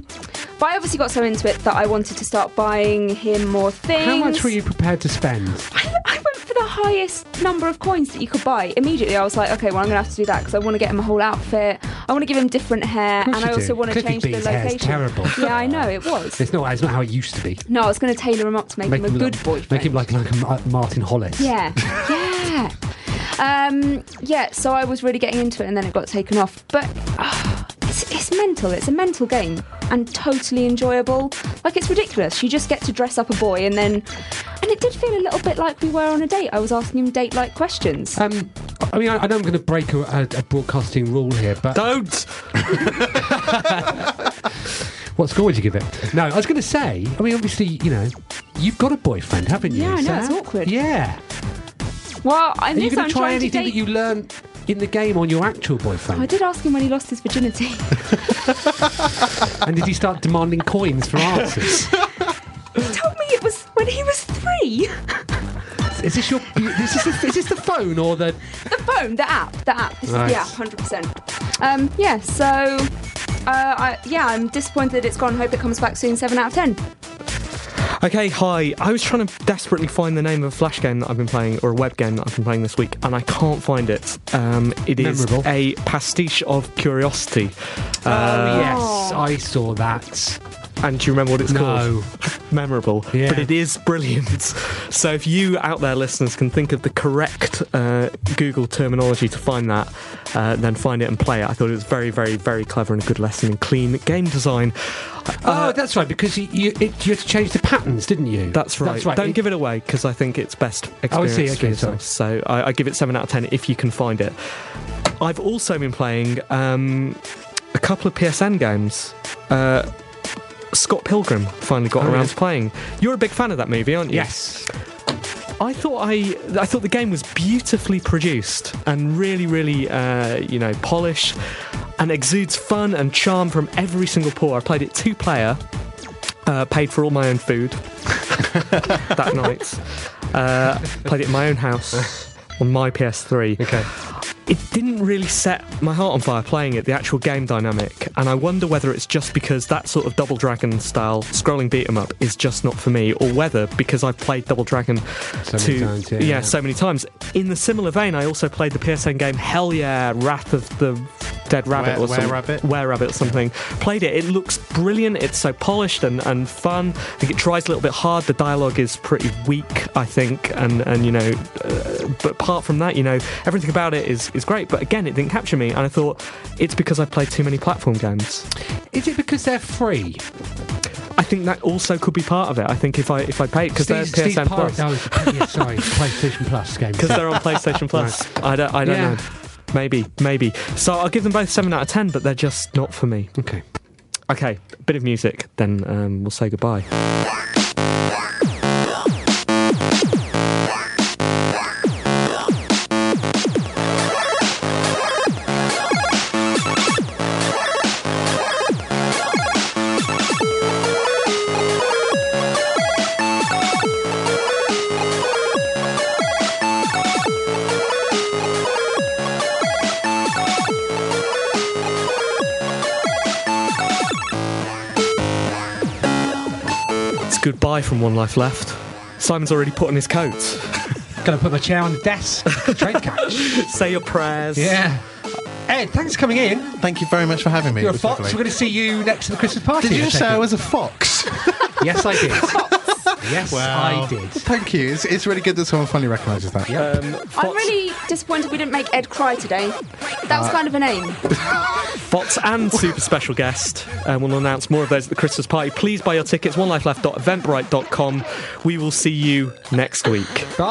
Speaker 4: but I obviously got so into it that I wanted to start buying him more things.
Speaker 3: How much were you prepared to spend?
Speaker 4: I, I went for the highest number of coins that you could buy. Immediately, I was like, okay, well, I'm going to have to do that because I want to get him a whole outfit. I want to give him different hair, and
Speaker 3: course
Speaker 4: I
Speaker 3: you
Speaker 4: also
Speaker 3: do.
Speaker 4: want to
Speaker 3: Cliffy
Speaker 4: change the
Speaker 3: B's hair is
Speaker 4: location.
Speaker 3: terrible.
Speaker 4: Yeah, I know it was.
Speaker 3: It's not, it's not how it used to be.
Speaker 4: No, I was going to tailor him up to make, him a good
Speaker 3: like,
Speaker 4: boyfriend.
Speaker 3: Make him like, like a Ma- Martin Hollis.
Speaker 4: Yeah, yeah. Um, yeah, so I was really getting into it and then it got taken off. But ah, it's, it's mental. It's a mental game and totally enjoyable. Like, it's ridiculous. You just get to dress up a boy and then. And it did feel a little bit like we were on a date. I was asking him date like questions.
Speaker 3: Um, I mean, I, I know I'm going to break a, a, a broadcasting rule here, but
Speaker 2: Don't!
Speaker 3: what score would you give it? No, I was going to say. I mean, obviously, you know, you've got a boyfriend, haven't you?
Speaker 4: Yeah, I know,
Speaker 3: Sam?
Speaker 4: it's awkward.
Speaker 3: Yeah.
Speaker 4: well, I
Speaker 3: Are you
Speaker 4: this
Speaker 3: going
Speaker 4: I'm
Speaker 3: to try
Speaker 4: trying to
Speaker 3: anything
Speaker 4: date.
Speaker 3: that you learn in the game on your actual boyfriend?
Speaker 4: I did ask him when he lost his virginity.
Speaker 3: And did he start demanding coins for answers?
Speaker 4: he told me it was when he was three.
Speaker 3: is this your? Is this, the, is this the phone or the?
Speaker 4: the phone, the app, the app. This
Speaker 3: Right.
Speaker 4: is the app, hundred percent. Um, yeah. So, uh, I, yeah, I'm disappointed that it's gone. Hope it comes back soon. Seven out of ten.
Speaker 2: Okay, hi. I was trying to desperately find the name of a flash game that I've been playing, or a web game that I've been playing this week, and I can't find it. Um, it is
Speaker 3: Memorable.
Speaker 2: a pastiche of curiosity.
Speaker 3: oh
Speaker 2: Uh,
Speaker 3: yes, I saw that.
Speaker 2: And do you remember what it's
Speaker 3: No.
Speaker 2: called? Memorable.
Speaker 3: Yeah.
Speaker 2: But it is brilliant. So if you out there, listeners, can think of the correct uh, Google terminology to find that, uh, then find it and play it. I thought it was very, very, very clever and a good lesson in clean game design.
Speaker 3: oh, that's right. Because you you, it, you had to change the patterns, didn't you?
Speaker 2: That's right.
Speaker 3: That's right.
Speaker 2: Don't
Speaker 3: It-
Speaker 2: give it away because I think it's best
Speaker 3: Oh, I
Speaker 2: experience
Speaker 3: see.
Speaker 2: for
Speaker 3: Okay,
Speaker 2: yourself. So I, I give it seven out of ten if you can find it. I've also been playing um, a couple of PSN games. Uh, Scott Pilgrim finally got
Speaker 3: Oh,
Speaker 2: around
Speaker 3: yeah.
Speaker 2: to playing. You're a big fan of that movie, aren't you?
Speaker 3: Yes.
Speaker 2: I thought I I thought the game was beautifully produced and really really uh, you know polished and exudes fun and charm from every single pore. I played it two player, uh, paid for all my own food that night. Uh, played it in my own house on my PS3
Speaker 3: Okay.
Speaker 2: it didn't really set my heart on fire playing it, the actual game dynamic. And I wonder whether it's just because that sort of Double Dragon style scrolling beat 'em up is just not for me, or whether because I've played Double Dragon
Speaker 3: So many
Speaker 2: to,
Speaker 3: times, yeah,
Speaker 2: yeah,
Speaker 3: yeah.
Speaker 2: so many times. In the similar vein, I also played the PSN game Hell Yeah, Wrath of the Dead Rabbit
Speaker 5: Were-
Speaker 2: or something.
Speaker 5: Were-Rabbit?
Speaker 2: Were Rabbit or something. Played it. It looks brilliant. It's so polished and, and fun. I think it tries a little bit hard. The dialogue is pretty weak, I think. And, and you know, uh, but apart from that, you know, everything about it is, is great. But again, it didn't capture me. And I thought it's because I played too many platform games.
Speaker 3: Is it because they're free?
Speaker 2: I think that also could be part of it. I think if I if I paid because they're
Speaker 3: Steve- Steve
Speaker 2: PSN
Speaker 3: Pirate-
Speaker 2: Plus
Speaker 3: Oh, it's- yeah, sorry, PlayStation Plus game.
Speaker 2: because they're on PlayStation Plus. I don't I don't
Speaker 3: Yeah.
Speaker 2: know. Maybe maybe. So I'll give them both seven out of ten, but they're just not for me.
Speaker 3: Okay.
Speaker 2: Okay, bit of music, then um, we'll say goodbye. It's goodbye from One Life Left. Simon's already put on his coat.
Speaker 3: Gonna put my chair on the desk. Trade catch.
Speaker 2: Say your prayers.
Speaker 3: Yeah. Ed, thanks for coming in.
Speaker 5: Thank you very much for having me. It
Speaker 3: You're a
Speaker 5: was
Speaker 3: fox.
Speaker 5: lovely.
Speaker 3: We're going to see you next to the Christmas party.
Speaker 5: Did
Speaker 3: in
Speaker 5: you
Speaker 3: a
Speaker 5: just say
Speaker 3: second.
Speaker 5: I was a fox?
Speaker 3: Yes, I did. yes,
Speaker 5: Wow.
Speaker 3: I did.
Speaker 5: Thank you. It's, it's really good that someone finally recognises that.
Speaker 3: Yep.
Speaker 4: I'm really disappointed we didn't make Ed cry today. That was kind of an aim.
Speaker 2: Bots and super special guest. Um, we'll announce more of those at the Christmas party. Please buy your tickets, onelifeleft.eventbrite.com. We will see you next week.
Speaker 3: Bye.